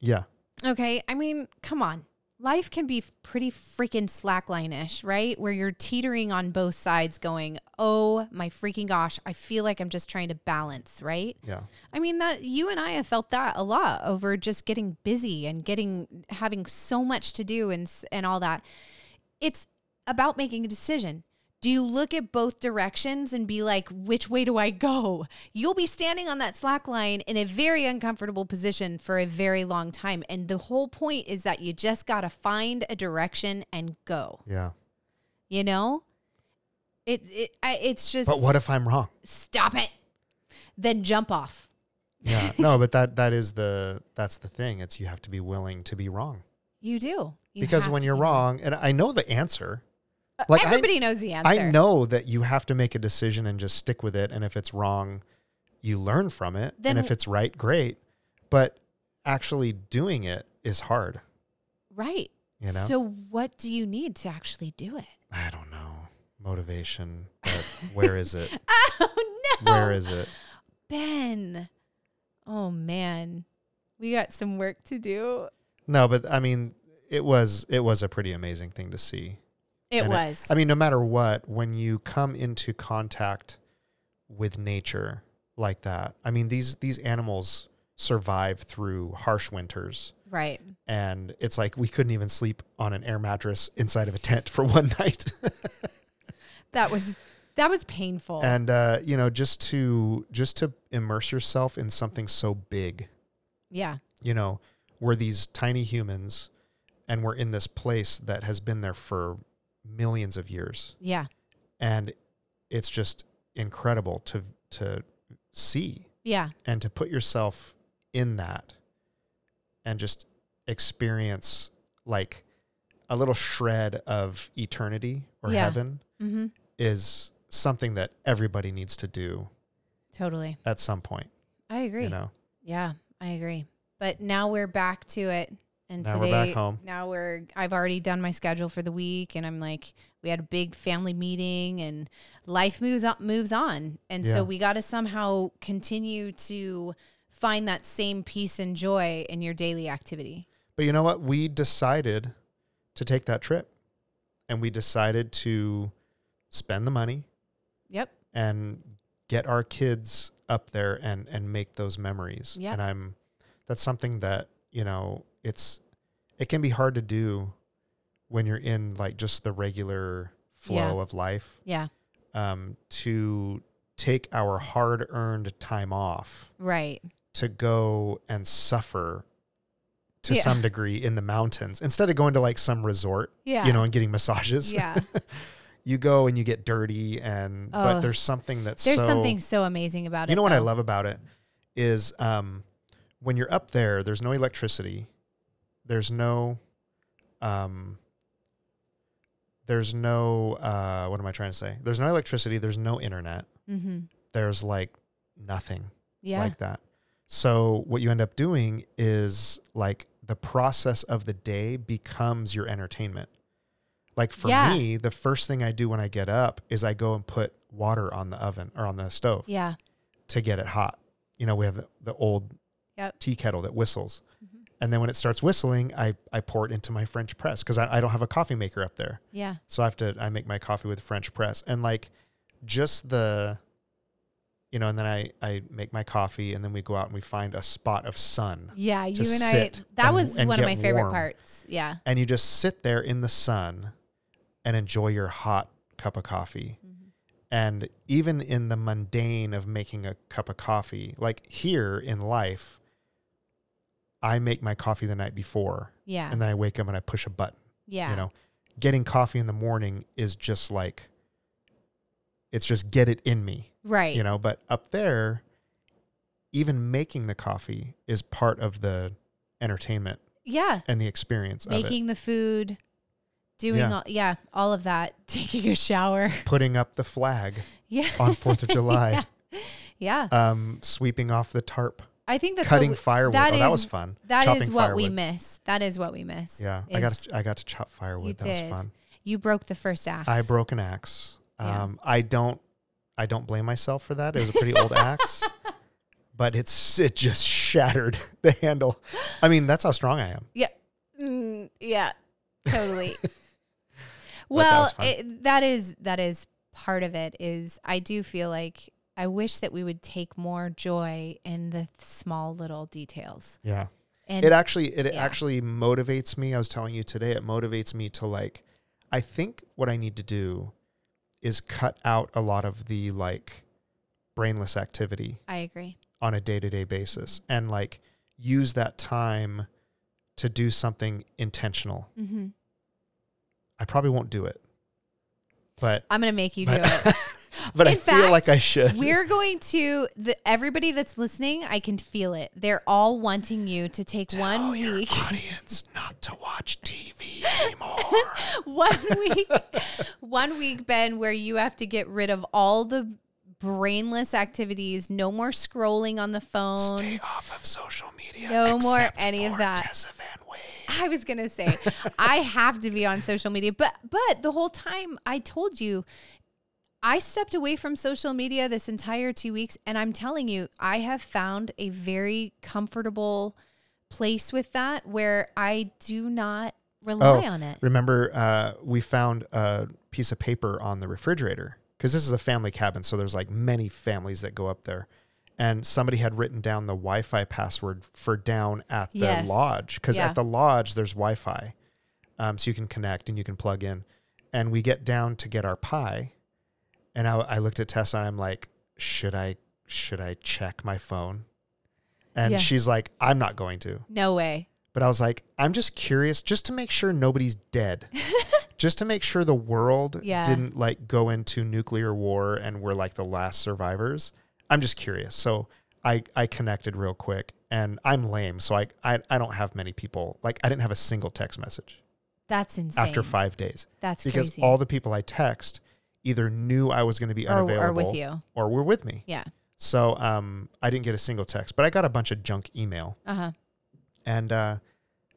S2: yeah,
S1: Okay. I mean, come on. Life can be f- pretty freaking slackline-ish, right? Where you're teetering on both sides going, oh my freaking gosh, I feel like I'm just trying to balance, right?
S2: yeah.
S1: I mean that you and I have felt that a lot over just getting busy and getting having so much to do and s- and all that. It's about making a decision. Do you look at both directions and be like, which way do I go? You'll be standing on that slack line in a very uncomfortable position for a very long time. And the whole point is that you just got to find a direction and go,
S2: Yeah.
S1: you know? It, it, I, it's just,
S2: But what if I'm wrong?
S1: stop it, then jump off.
S2: Yeah. No, but that that is the that's the thing. It's you have to be willing to be wrong.
S1: You do. You
S2: because
S1: have
S2: when
S1: to
S2: you're
S1: be
S2: wrong, and I know the answer.
S1: Uh,
S2: Like, I-
S1: Everybody knows the answer.
S2: I know that you have to make a decision and just stick with it and if it's wrong, you learn from it.
S1: Then-
S2: and if it's right, great. But actually doing it is hard,
S1: Right.
S2: you know?
S1: So what do you need to actually do it?
S2: I don't know. Motivation, but where is it?
S1: Oh no.
S2: Where is it?
S1: Ben? Oh man. We got some work to do.
S2: No, but I mean, it was it was a pretty amazing thing to see.
S1: It
S2: And
S1: was.
S2: I mean, no matter what, when you come into contact with nature like that, I mean these these animals survive through harsh winters,
S1: right.
S2: and it's like we couldn't even sleep on an air mattress inside of a tent for one night.
S1: That was that was painful.
S2: and uh, you know, just to just to immerse yourself in something so big,
S1: yeah.
S2: you know, we're these tiny humans, and we're in this place that has been there for millions of years.
S1: Yeah.
S2: and it's just incredible to to see
S1: Yeah.
S2: and to put yourself in that and just experience like a little shred of eternity or
S1: Yeah.
S2: heaven
S1: Mm-hmm.
S2: is something that everybody needs to do
S1: Totally.
S2: at some point.
S1: I agree.
S2: You know,
S1: Yeah, I agree. But now we're back to it. And
S2: Now
S1: today,
S2: we're back home.
S1: Now we're, I've already done my schedule for the week. And I'm like, we had a big family meeting and life moves on, moves on. And
S2: Yeah.
S1: so we got to somehow continue to find that same peace and joy in your daily activity.
S2: but you know what? We decided to take that trip and we decided to spend the money
S1: Yep.
S2: and get our kids up there and and make those memories.
S1: Yeah.
S2: And I'm that's something that, you know, it's it can be hard to do when you're in like just the regular flow of life
S1: Yeah.
S2: um to take our hard-earned time off
S1: Right.
S2: to go and suffer to
S1: Yeah.
S2: some degree in the mountains instead of going to like some resort
S1: Yeah.
S2: you know and getting massages
S1: yeah.
S2: you go and you get dirty and but
S1: Oh.
S2: there's something that's
S1: There's
S2: so
S1: something so amazing about it.
S2: you know what I
S1: though.
S2: love about it is um, when you're up there, there's no electricity, there's no, um, there's no uh, what am I trying to say? There's no electricity, there's no internet,
S1: Mhm.
S2: there's like nothing
S1: Yeah.
S2: like that. So what you end up doing is like the process of the day becomes your entertainment. Like for
S1: Yeah.
S2: me, the first thing I do when I get up is I go and put water on the oven or on the stove
S1: yeah.
S2: to get it hot. You know, we have the, the old
S1: Yep.
S2: tea kettle that whistles.
S1: Mm-hmm.
S2: And then when it starts whistling, I, I pour it into my French press because I, I don't have a coffee maker up there.
S1: Yeah.
S2: So I have to, I make my coffee with a French press. And like just the, you know, and then I, I make my coffee and then we go out and we find a spot of sun
S1: Yeah. You and
S2: sit
S1: I, that
S2: and-
S1: was
S2: and
S1: one of
S2: get
S1: my favorite
S2: warm.
S1: parts. Yeah.
S2: and you just sit there in the sun and enjoy your hot cup of coffee.
S1: Mm-hmm.
S2: And even in the mundane of making a cup of coffee, like here in life, I make my coffee the night before
S1: Yeah.
S2: and then I wake up and I push a button.
S1: yeah.
S2: You know, getting coffee in the morning is just like, it's just get it in me,
S1: Right.
S2: you know. But up there, even making the coffee is part of the entertainment
S1: yeah.
S2: and the experience of it.
S1: Making the food, doing
S2: Yeah.
S1: all yeah, all of that. Taking a shower.
S2: Putting up the flag
S1: Yeah.
S2: on Fourth of July,
S1: yeah.
S2: um, sweeping off the tarp,
S1: I think that's
S2: cutting
S1: what we,
S2: firewood.
S1: that
S2: oh, that
S1: is-
S2: was fun.
S1: that
S2: Chopping
S1: is what we
S2: firewood.
S1: miss. That is what we miss.
S2: Yeah, I got
S1: is
S2: to, I got to chop firewood. That
S1: did.
S2: was fun.
S1: you broke the first axe.
S2: I broke an axe.
S1: Yeah.
S2: Um, I don't I don't blame myself for that. It was a pretty old axe, but it's it just shattered the handle. I mean, that's how strong I am.
S1: Yeah. Mm, yeah. Totally.
S2: was
S1: well,
S2: fun.
S1: it, that is that is part of it is I do feel like I wish that we would take more joy in the small little details.
S2: Yeah.
S1: And
S2: It actually it
S1: yeah.
S2: actually motivates me. I was telling you today, it motivates me to like I think what I need to do is cut out a lot of the like brainless activity
S1: I agree.
S2: on a day-to-day basis and like use that time to do something intentional.
S1: Mm-hmm.
S2: I probably won't do it. But
S1: I'm gonna make you do
S2: but,
S1: it.
S2: but
S1: Uh,
S2: I
S1: In
S2: feel like
S1: fact,
S2: I should.
S1: We're going to the everybody that's listening. I can feel it. They're all wanting you to take one
S2: Tell your
S1: week,
S2: audience not to watch TV anymore.
S1: one week, one week, Ben, where you have to get rid of all the brainless activities. No more scrolling on the phone.
S2: Stay off of social media.
S1: No more
S2: except
S1: any of
S2: for
S1: that.
S2: Tessa Van Wade.
S1: I was gonna say I have to be on social media, but but the whole time I told you I stepped away from social media this entire two weeks, and I'm telling you, I have found a very comfortable place with that where I do not rely on it.
S2: Oh, Remember, uh, we found a piece of paper on the refrigerator because this is a family cabin, so there's like many families that go up there. And somebody had written down the Wi-Fi password for down at the
S1: Yes.
S2: lodge because
S1: Yeah.
S2: at the lodge there's Wi-Fi, um, so you can connect and you can plug in. And we get down to get our pie, and I, I looked at Tessa and I'm like, should I should I check my phone? And
S1: Yeah.
S2: she's like, I'm not going to
S1: No way.
S2: but I was like, I'm just curious, just to make sure nobody's dead, just to make sure the world
S1: Yeah.
S2: didn't like go into nuclear war and we're like the last survivors. I'm just curious. So I I connected real quick, and I'm lame, so I I, I don't have many people. Like I didn't have a single text message
S1: That's insane.
S2: after five days
S1: That's
S2: because
S1: crazy.
S2: all the people I text either knew I was going to be
S1: Or-
S2: unavailable
S1: or with you.
S2: or were with me.
S1: Yeah.
S2: So um, I didn't get a single text, but I got a bunch of junk email,
S1: Uh huh.
S2: and uh,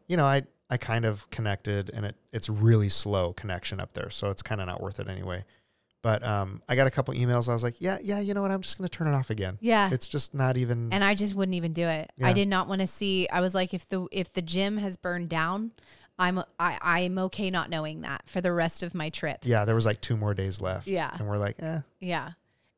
S2: you know I I kind of connected, and it it's really slow connection up there, so it's kind of not worth it anyway. But um, I got a couple emails. I was like, yeah, yeah, you know what? I'm just going to turn it off again.
S1: Yeah.
S2: It's just not even.
S1: and I just wouldn't even do it.
S2: Yeah.
S1: I did not want to see. I was like, if the if the gym has burned down, I'm I I'm okay not knowing that for the rest of my trip. Yeah,
S2: yeah, there was like two more days left.
S1: Yeah.
S2: and we're like, eh,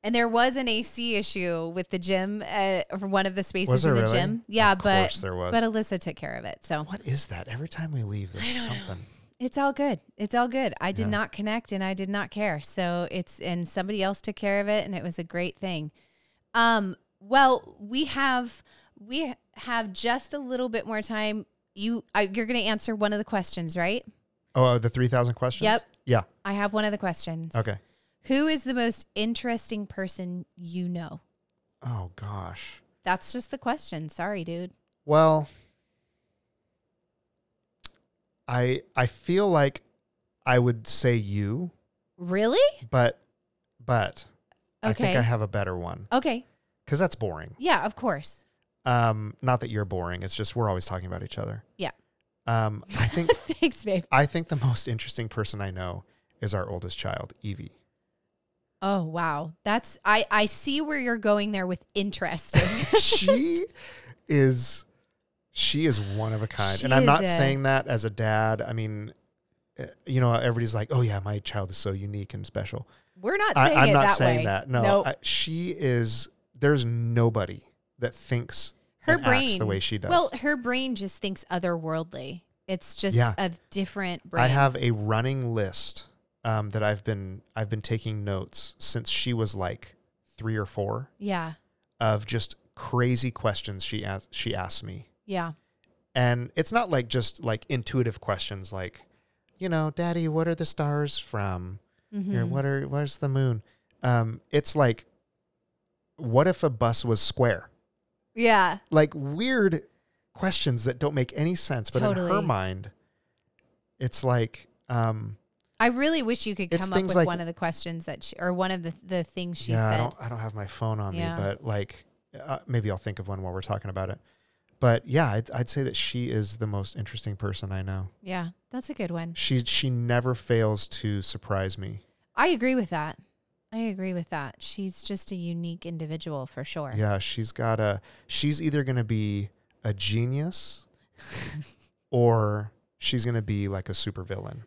S1: and there was an AC issue with the gym, uh, for one of the spaces
S2: Was
S1: in the
S2: there really?
S1: gym. Yeah,
S2: Of
S1: but
S2: course there was.
S1: but Alyssa took care of it, so
S2: what is that? Every time we leave, there's something.
S1: it's all good. It's all good. I did
S2: Yeah.
S1: not connect, and I did not care. So it's and somebody else took care of it, and it was a great thing. Um, well, we have we have just a little bit more time. You I, you're going to answer one of the questions, right?
S2: Oh, the three thousand questions.
S1: Yep.
S2: Yeah.
S1: I have one of the questions.
S2: Okay.
S1: Who is the most interesting person you know?
S2: Oh gosh.
S1: That's just the question. Sorry, dude.
S2: Well, I I feel like I would say you,
S1: Really?
S2: but but I
S1: Okay.
S2: think I have a better one
S1: okay.
S2: because that's boring.
S1: Yeah, of course.
S2: Um, not that you're boring. It's just we're always talking about each other.
S1: Yeah.
S2: Um, I think
S1: Thanks, babe.
S2: I think the most interesting person I know is our oldest child, Evie.
S1: Oh, wow. That's I I see where you're going there with interesting.
S2: she is she is one of a kind and
S1: She
S2: i'm
S1: is
S2: not
S1: a-
S2: saying that as a dad i mean uh, you know everybody's like oh yeah my child is so unique and special
S1: We're not
S2: I,
S1: saying
S2: i'm
S1: it
S2: not
S1: that
S2: saying
S1: way.
S2: that no
S1: Nope.
S2: I, she is there's nobody that thinks
S1: her
S2: and acts
S1: brain
S2: the way she does
S1: Well, her brain just thinks otherworldly. It's just
S2: Yeah.
S1: a different brain.
S2: i have a running list um, that i've been i've been taking notes since she was like three or four
S1: Yeah.
S2: of just crazy questions she asked she asked me
S1: Yeah.
S2: and it's not like just like intuitive questions like you know daddy what are the stars from
S1: Mhm.
S2: Or what are where's the moon um it's like what if a bus was square
S1: Yeah.
S2: like weird questions that don't make any sense but in her
S1: Totally.
S2: mind it's like um
S1: I really wish you could
S2: It's
S1: come up
S2: things
S1: with
S2: like-
S1: one of the questions that she, or one of the, the things she
S2: yeah i
S1: said.
S2: don't i don't have my phone on
S1: Yeah.
S2: me but like uh, maybe i'll think of one while we're talking about it but yeah I'd, I'd say that she is the most interesting person i know
S1: Yeah. That's a good one.
S2: she she never fails to surprise me
S1: I agree with that. I agree with that. She's just a unique individual for sure.
S2: Yeah, she's got a. She's either going to be a genius, or she's going to be like a supervillain.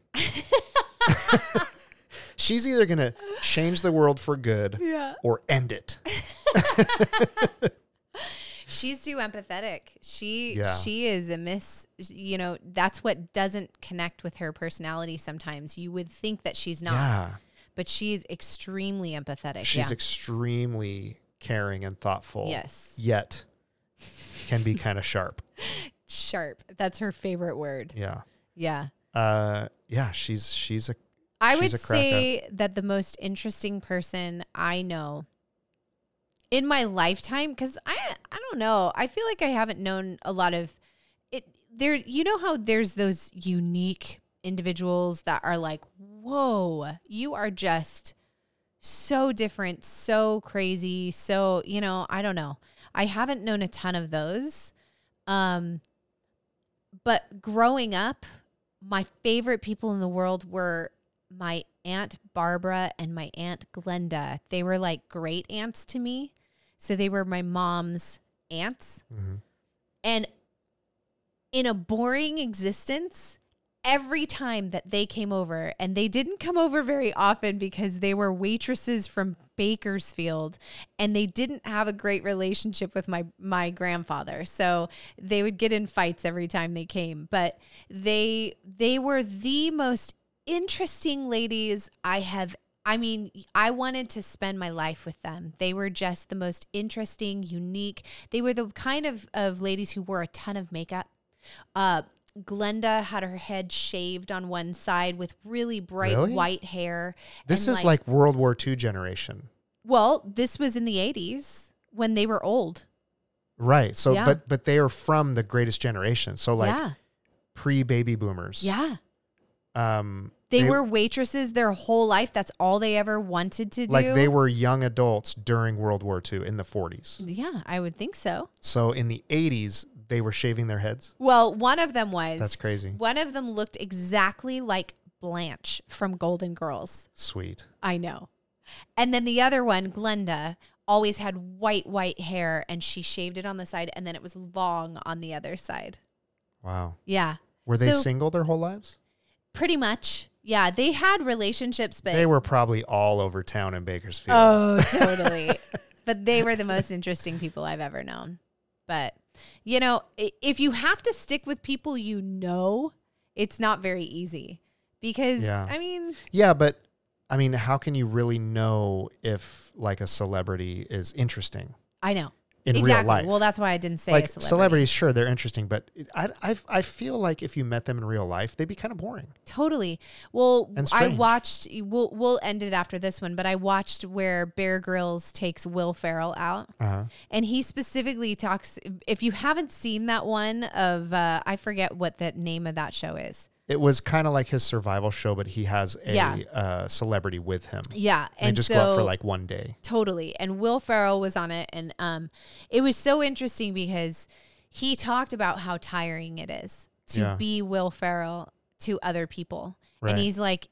S2: she's either going to change the world for good
S1: Yeah.
S2: or end it.
S1: She's too empathetic. She
S2: Yeah.
S1: she is a miss, you know, that's what doesn't connect with her personality sometimes. You would think that she's not.
S2: Yeah,
S1: but she's extremely empathetic.
S2: she's
S1: yeah.
S2: extremely caring and thoughtful.
S1: yes,
S2: Yet, can be kind of sharp.
S1: sharp. That's her favorite word.
S2: Yeah.
S1: Yeah.
S2: Uh. Yeah. She's she's a.
S1: I
S2: She's
S1: would
S2: a crack up.
S1: say that the most interesting person I know in my lifetime cuz I I don't know. I feel like I haven't known a lot of it there you know how there's those unique individuals that are like, "Whoa, you are just so different, so crazy, so, you know, I don't know. I haven't known a ton of those. Um but growing up, my favorite people in the world were my aunt Barbara and my aunt Glenda. They were like great aunts to me. So they were my mom's aunts.
S2: mhm.
S1: And in a boring existence, every time that they came over, and they didn't come over very often because they were waitresses from Bakersfield and they didn't have a great relationship with my my grandfather. So they would get in fights every time they came, but they they were the most interesting ladies I have I mean, I wanted to spend my life with them. They were just the most interesting, unique. They were the kind of, of ladies who wore a ton of makeup. Uh, Glenda had her head shaved on one side with really bright
S2: Really?
S1: white hair.
S2: This
S1: and,
S2: is like World War II generation.
S1: well, this was in the 80s when they were old.
S2: Right. So
S1: Yeah.
S2: but but they are from the greatest generation. So like
S1: yeah.
S2: pre baby boomers.
S1: Yeah.
S2: Um
S1: They, were waitresses their whole life. That's all they ever wanted to do.
S2: like they were young adults during World War II in the 40s.
S1: yeah, I would think so.
S2: So in the 80s they were shaving their heads.
S1: Well, one of them was
S2: That's crazy.
S1: One of them looked exactly like Blanche from Golden Girls.
S2: Sweet.
S1: I know. And then the other one, Glenda, always had white, white hair and she shaved it on the side and then it was long on the other side.
S2: Wow.
S1: Yeah.
S2: Were they
S1: So-
S2: single their whole lives?
S1: Pretty much. Yeah. They had relationships, but
S2: They were probably all over town in Bakersfield.
S1: Oh, totally. but they were the most interesting people I've ever known. But, you know, i- if you have to stick with people you know, it's not very easy because,
S2: Yeah.
S1: I mean,
S2: Yeah, but I mean, how can you really know if like a celebrity is interesting
S1: I know.
S2: in
S1: exactly.
S2: real life?
S1: Well, that's why I didn't say
S2: like
S1: a celebrity.
S2: celebrities, sure, they're interesting, but it- I, I I feel like if you met them in real life, they'd be kind of boring.
S1: Totally. Well,
S2: And
S1: I
S2: strange.
S1: watched. We'll we'll end it after this one, but I watched where Bear Grylls takes Will Ferrell out,
S2: Uh-huh.
S1: and he specifically talks. If you haven't seen that one of, uh, I forget what the name of that show is.
S2: It was kind of like his survival show, but he has a
S1: Yeah.
S2: uh, celebrity with him.
S1: Yeah,
S2: They
S1: and
S2: just
S1: so
S2: go out for like one day.
S1: totally. And Will Ferrell was on it, and um, it was so interesting because he talked about how tiring it is to
S2: Yeah.
S1: be Will Ferrell to other people,
S2: Right.
S1: and he's like,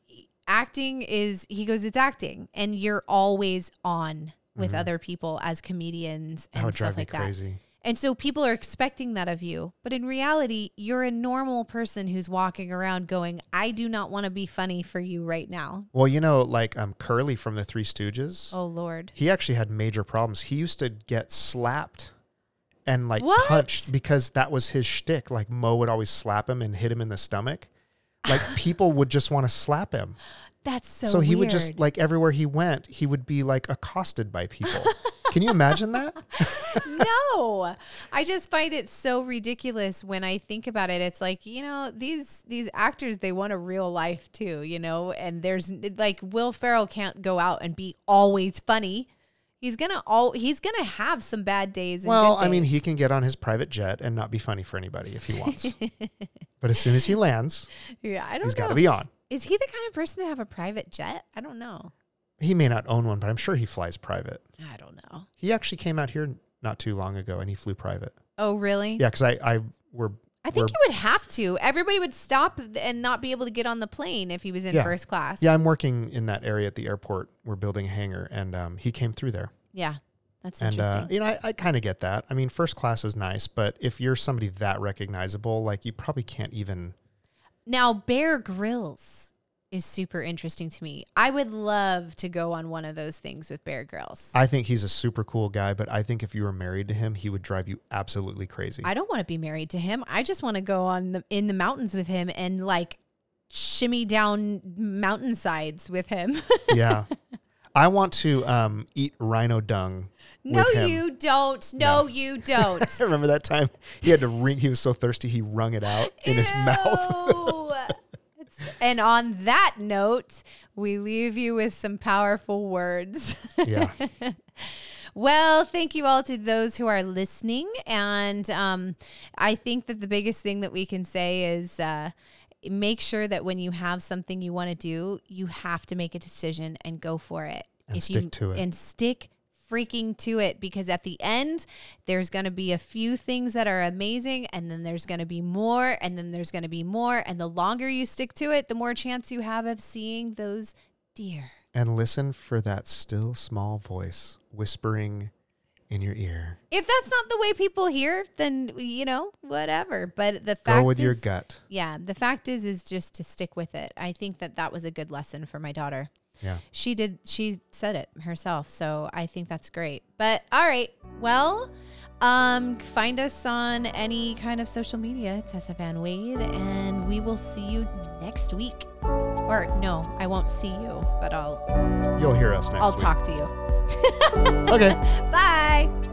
S1: acting is. He goes, it's acting, and you're always on with other people as comedians
S2: That
S1: and
S2: would
S1: stuff
S2: drive me
S1: like that.
S2: Mm-hmm. crazy.
S1: And so people are expecting that of you. But in reality, you're a normal person who's walking around going, I do not want to be funny for you right now.
S2: Well, you know, like um, Curly from the Three Stooges,
S1: Oh, Lord.
S2: he actually had major problems. He used to get slapped and like
S1: What?
S2: punched because that was his shtick. Like Mo would always slap him and hit him in the stomach. Like people would just want to slap him.
S1: That's so
S2: So, he would just
S1: weird.
S2: like everywhere he went, he would be like accosted by people. Can you imagine that?
S1: no. I just find it so ridiculous when I think about it. It's like, you know, these these actors they want a real life too, you know, and there's like Will Ferrell can't go out and be always funny. He's going to all he's going to have some bad days and
S2: Well,
S1: good
S2: I mean,
S1: days.
S2: he can get on his private jet and not be funny for anybody if he wants. but as soon as he lands,
S1: Yeah, I don't
S2: he's
S1: know.
S2: got to be on.
S1: Is he the kind of person to have a private jet? I don't know.
S2: He may not own one, but I'm sure he flies private.
S1: I don't know.
S2: He actually came out here not too long ago and he flew private.
S1: Oh, really?
S2: Yeah, because I, I were
S1: I think
S2: we're-
S1: he would have to. Everybody would stop and not be able to get on the plane if he was in
S2: Yeah.
S1: first class.
S2: Yeah, I'm working in that area at the airport. We're building a hangar, and um, he came through there.
S1: Yeah. That's
S2: And
S1: interesting.
S2: uh, you know, I, I kind of get that. I mean, first class is nice, but if you're somebody that recognizable, like you probably can't even.
S1: now, Bear Grylls is super interesting to me. I would love to go on one of those things with Bear Grylls.
S2: I think he's a super cool guy, but I think if you were married to him, he would drive you absolutely crazy.
S1: I don't want to be married to him. I just want to go on the, in the mountains with him and like shimmy down mountainsides with him.
S2: yeah, I want to um, eat rhino dung.
S1: no,
S2: with him.
S1: you don't. No,
S2: No.
S1: you don't.
S2: I remember that time he had to wring. He was so thirsty, he wrung it out in his mouth.
S1: Ew. It's- and on that note, we leave you with some powerful words.
S2: Yeah,
S1: well, thank you all to those who are listening. And um, I think that the biggest thing that we can say is uh, make sure that when you have something you want to do, you have to make a decision and go for it.
S2: And
S1: If you,
S2: stick to it.
S1: And stick freaking to it because at the end there's going to be a few things that are amazing and then there's going to be more and then there's going to be more and the longer you stick to it the more chance you have of seeing those deer
S2: and listen for that still small voice whispering in your ear.
S1: if that's not the way people hear then you know whatever but the fact
S2: Go with
S1: is,
S2: your gut.
S1: yeah the fact is is just to stick with it i think that that was a good lesson for my daughter
S2: Yeah.
S1: she did she said it herself so i think that's great but all right well um find us on any kind of social media tessa van wade and we will see you next week or no i won't see you but i'll
S2: You'll hear us next
S1: i'll
S2: week.
S1: talk to you
S2: Okay.
S1: bye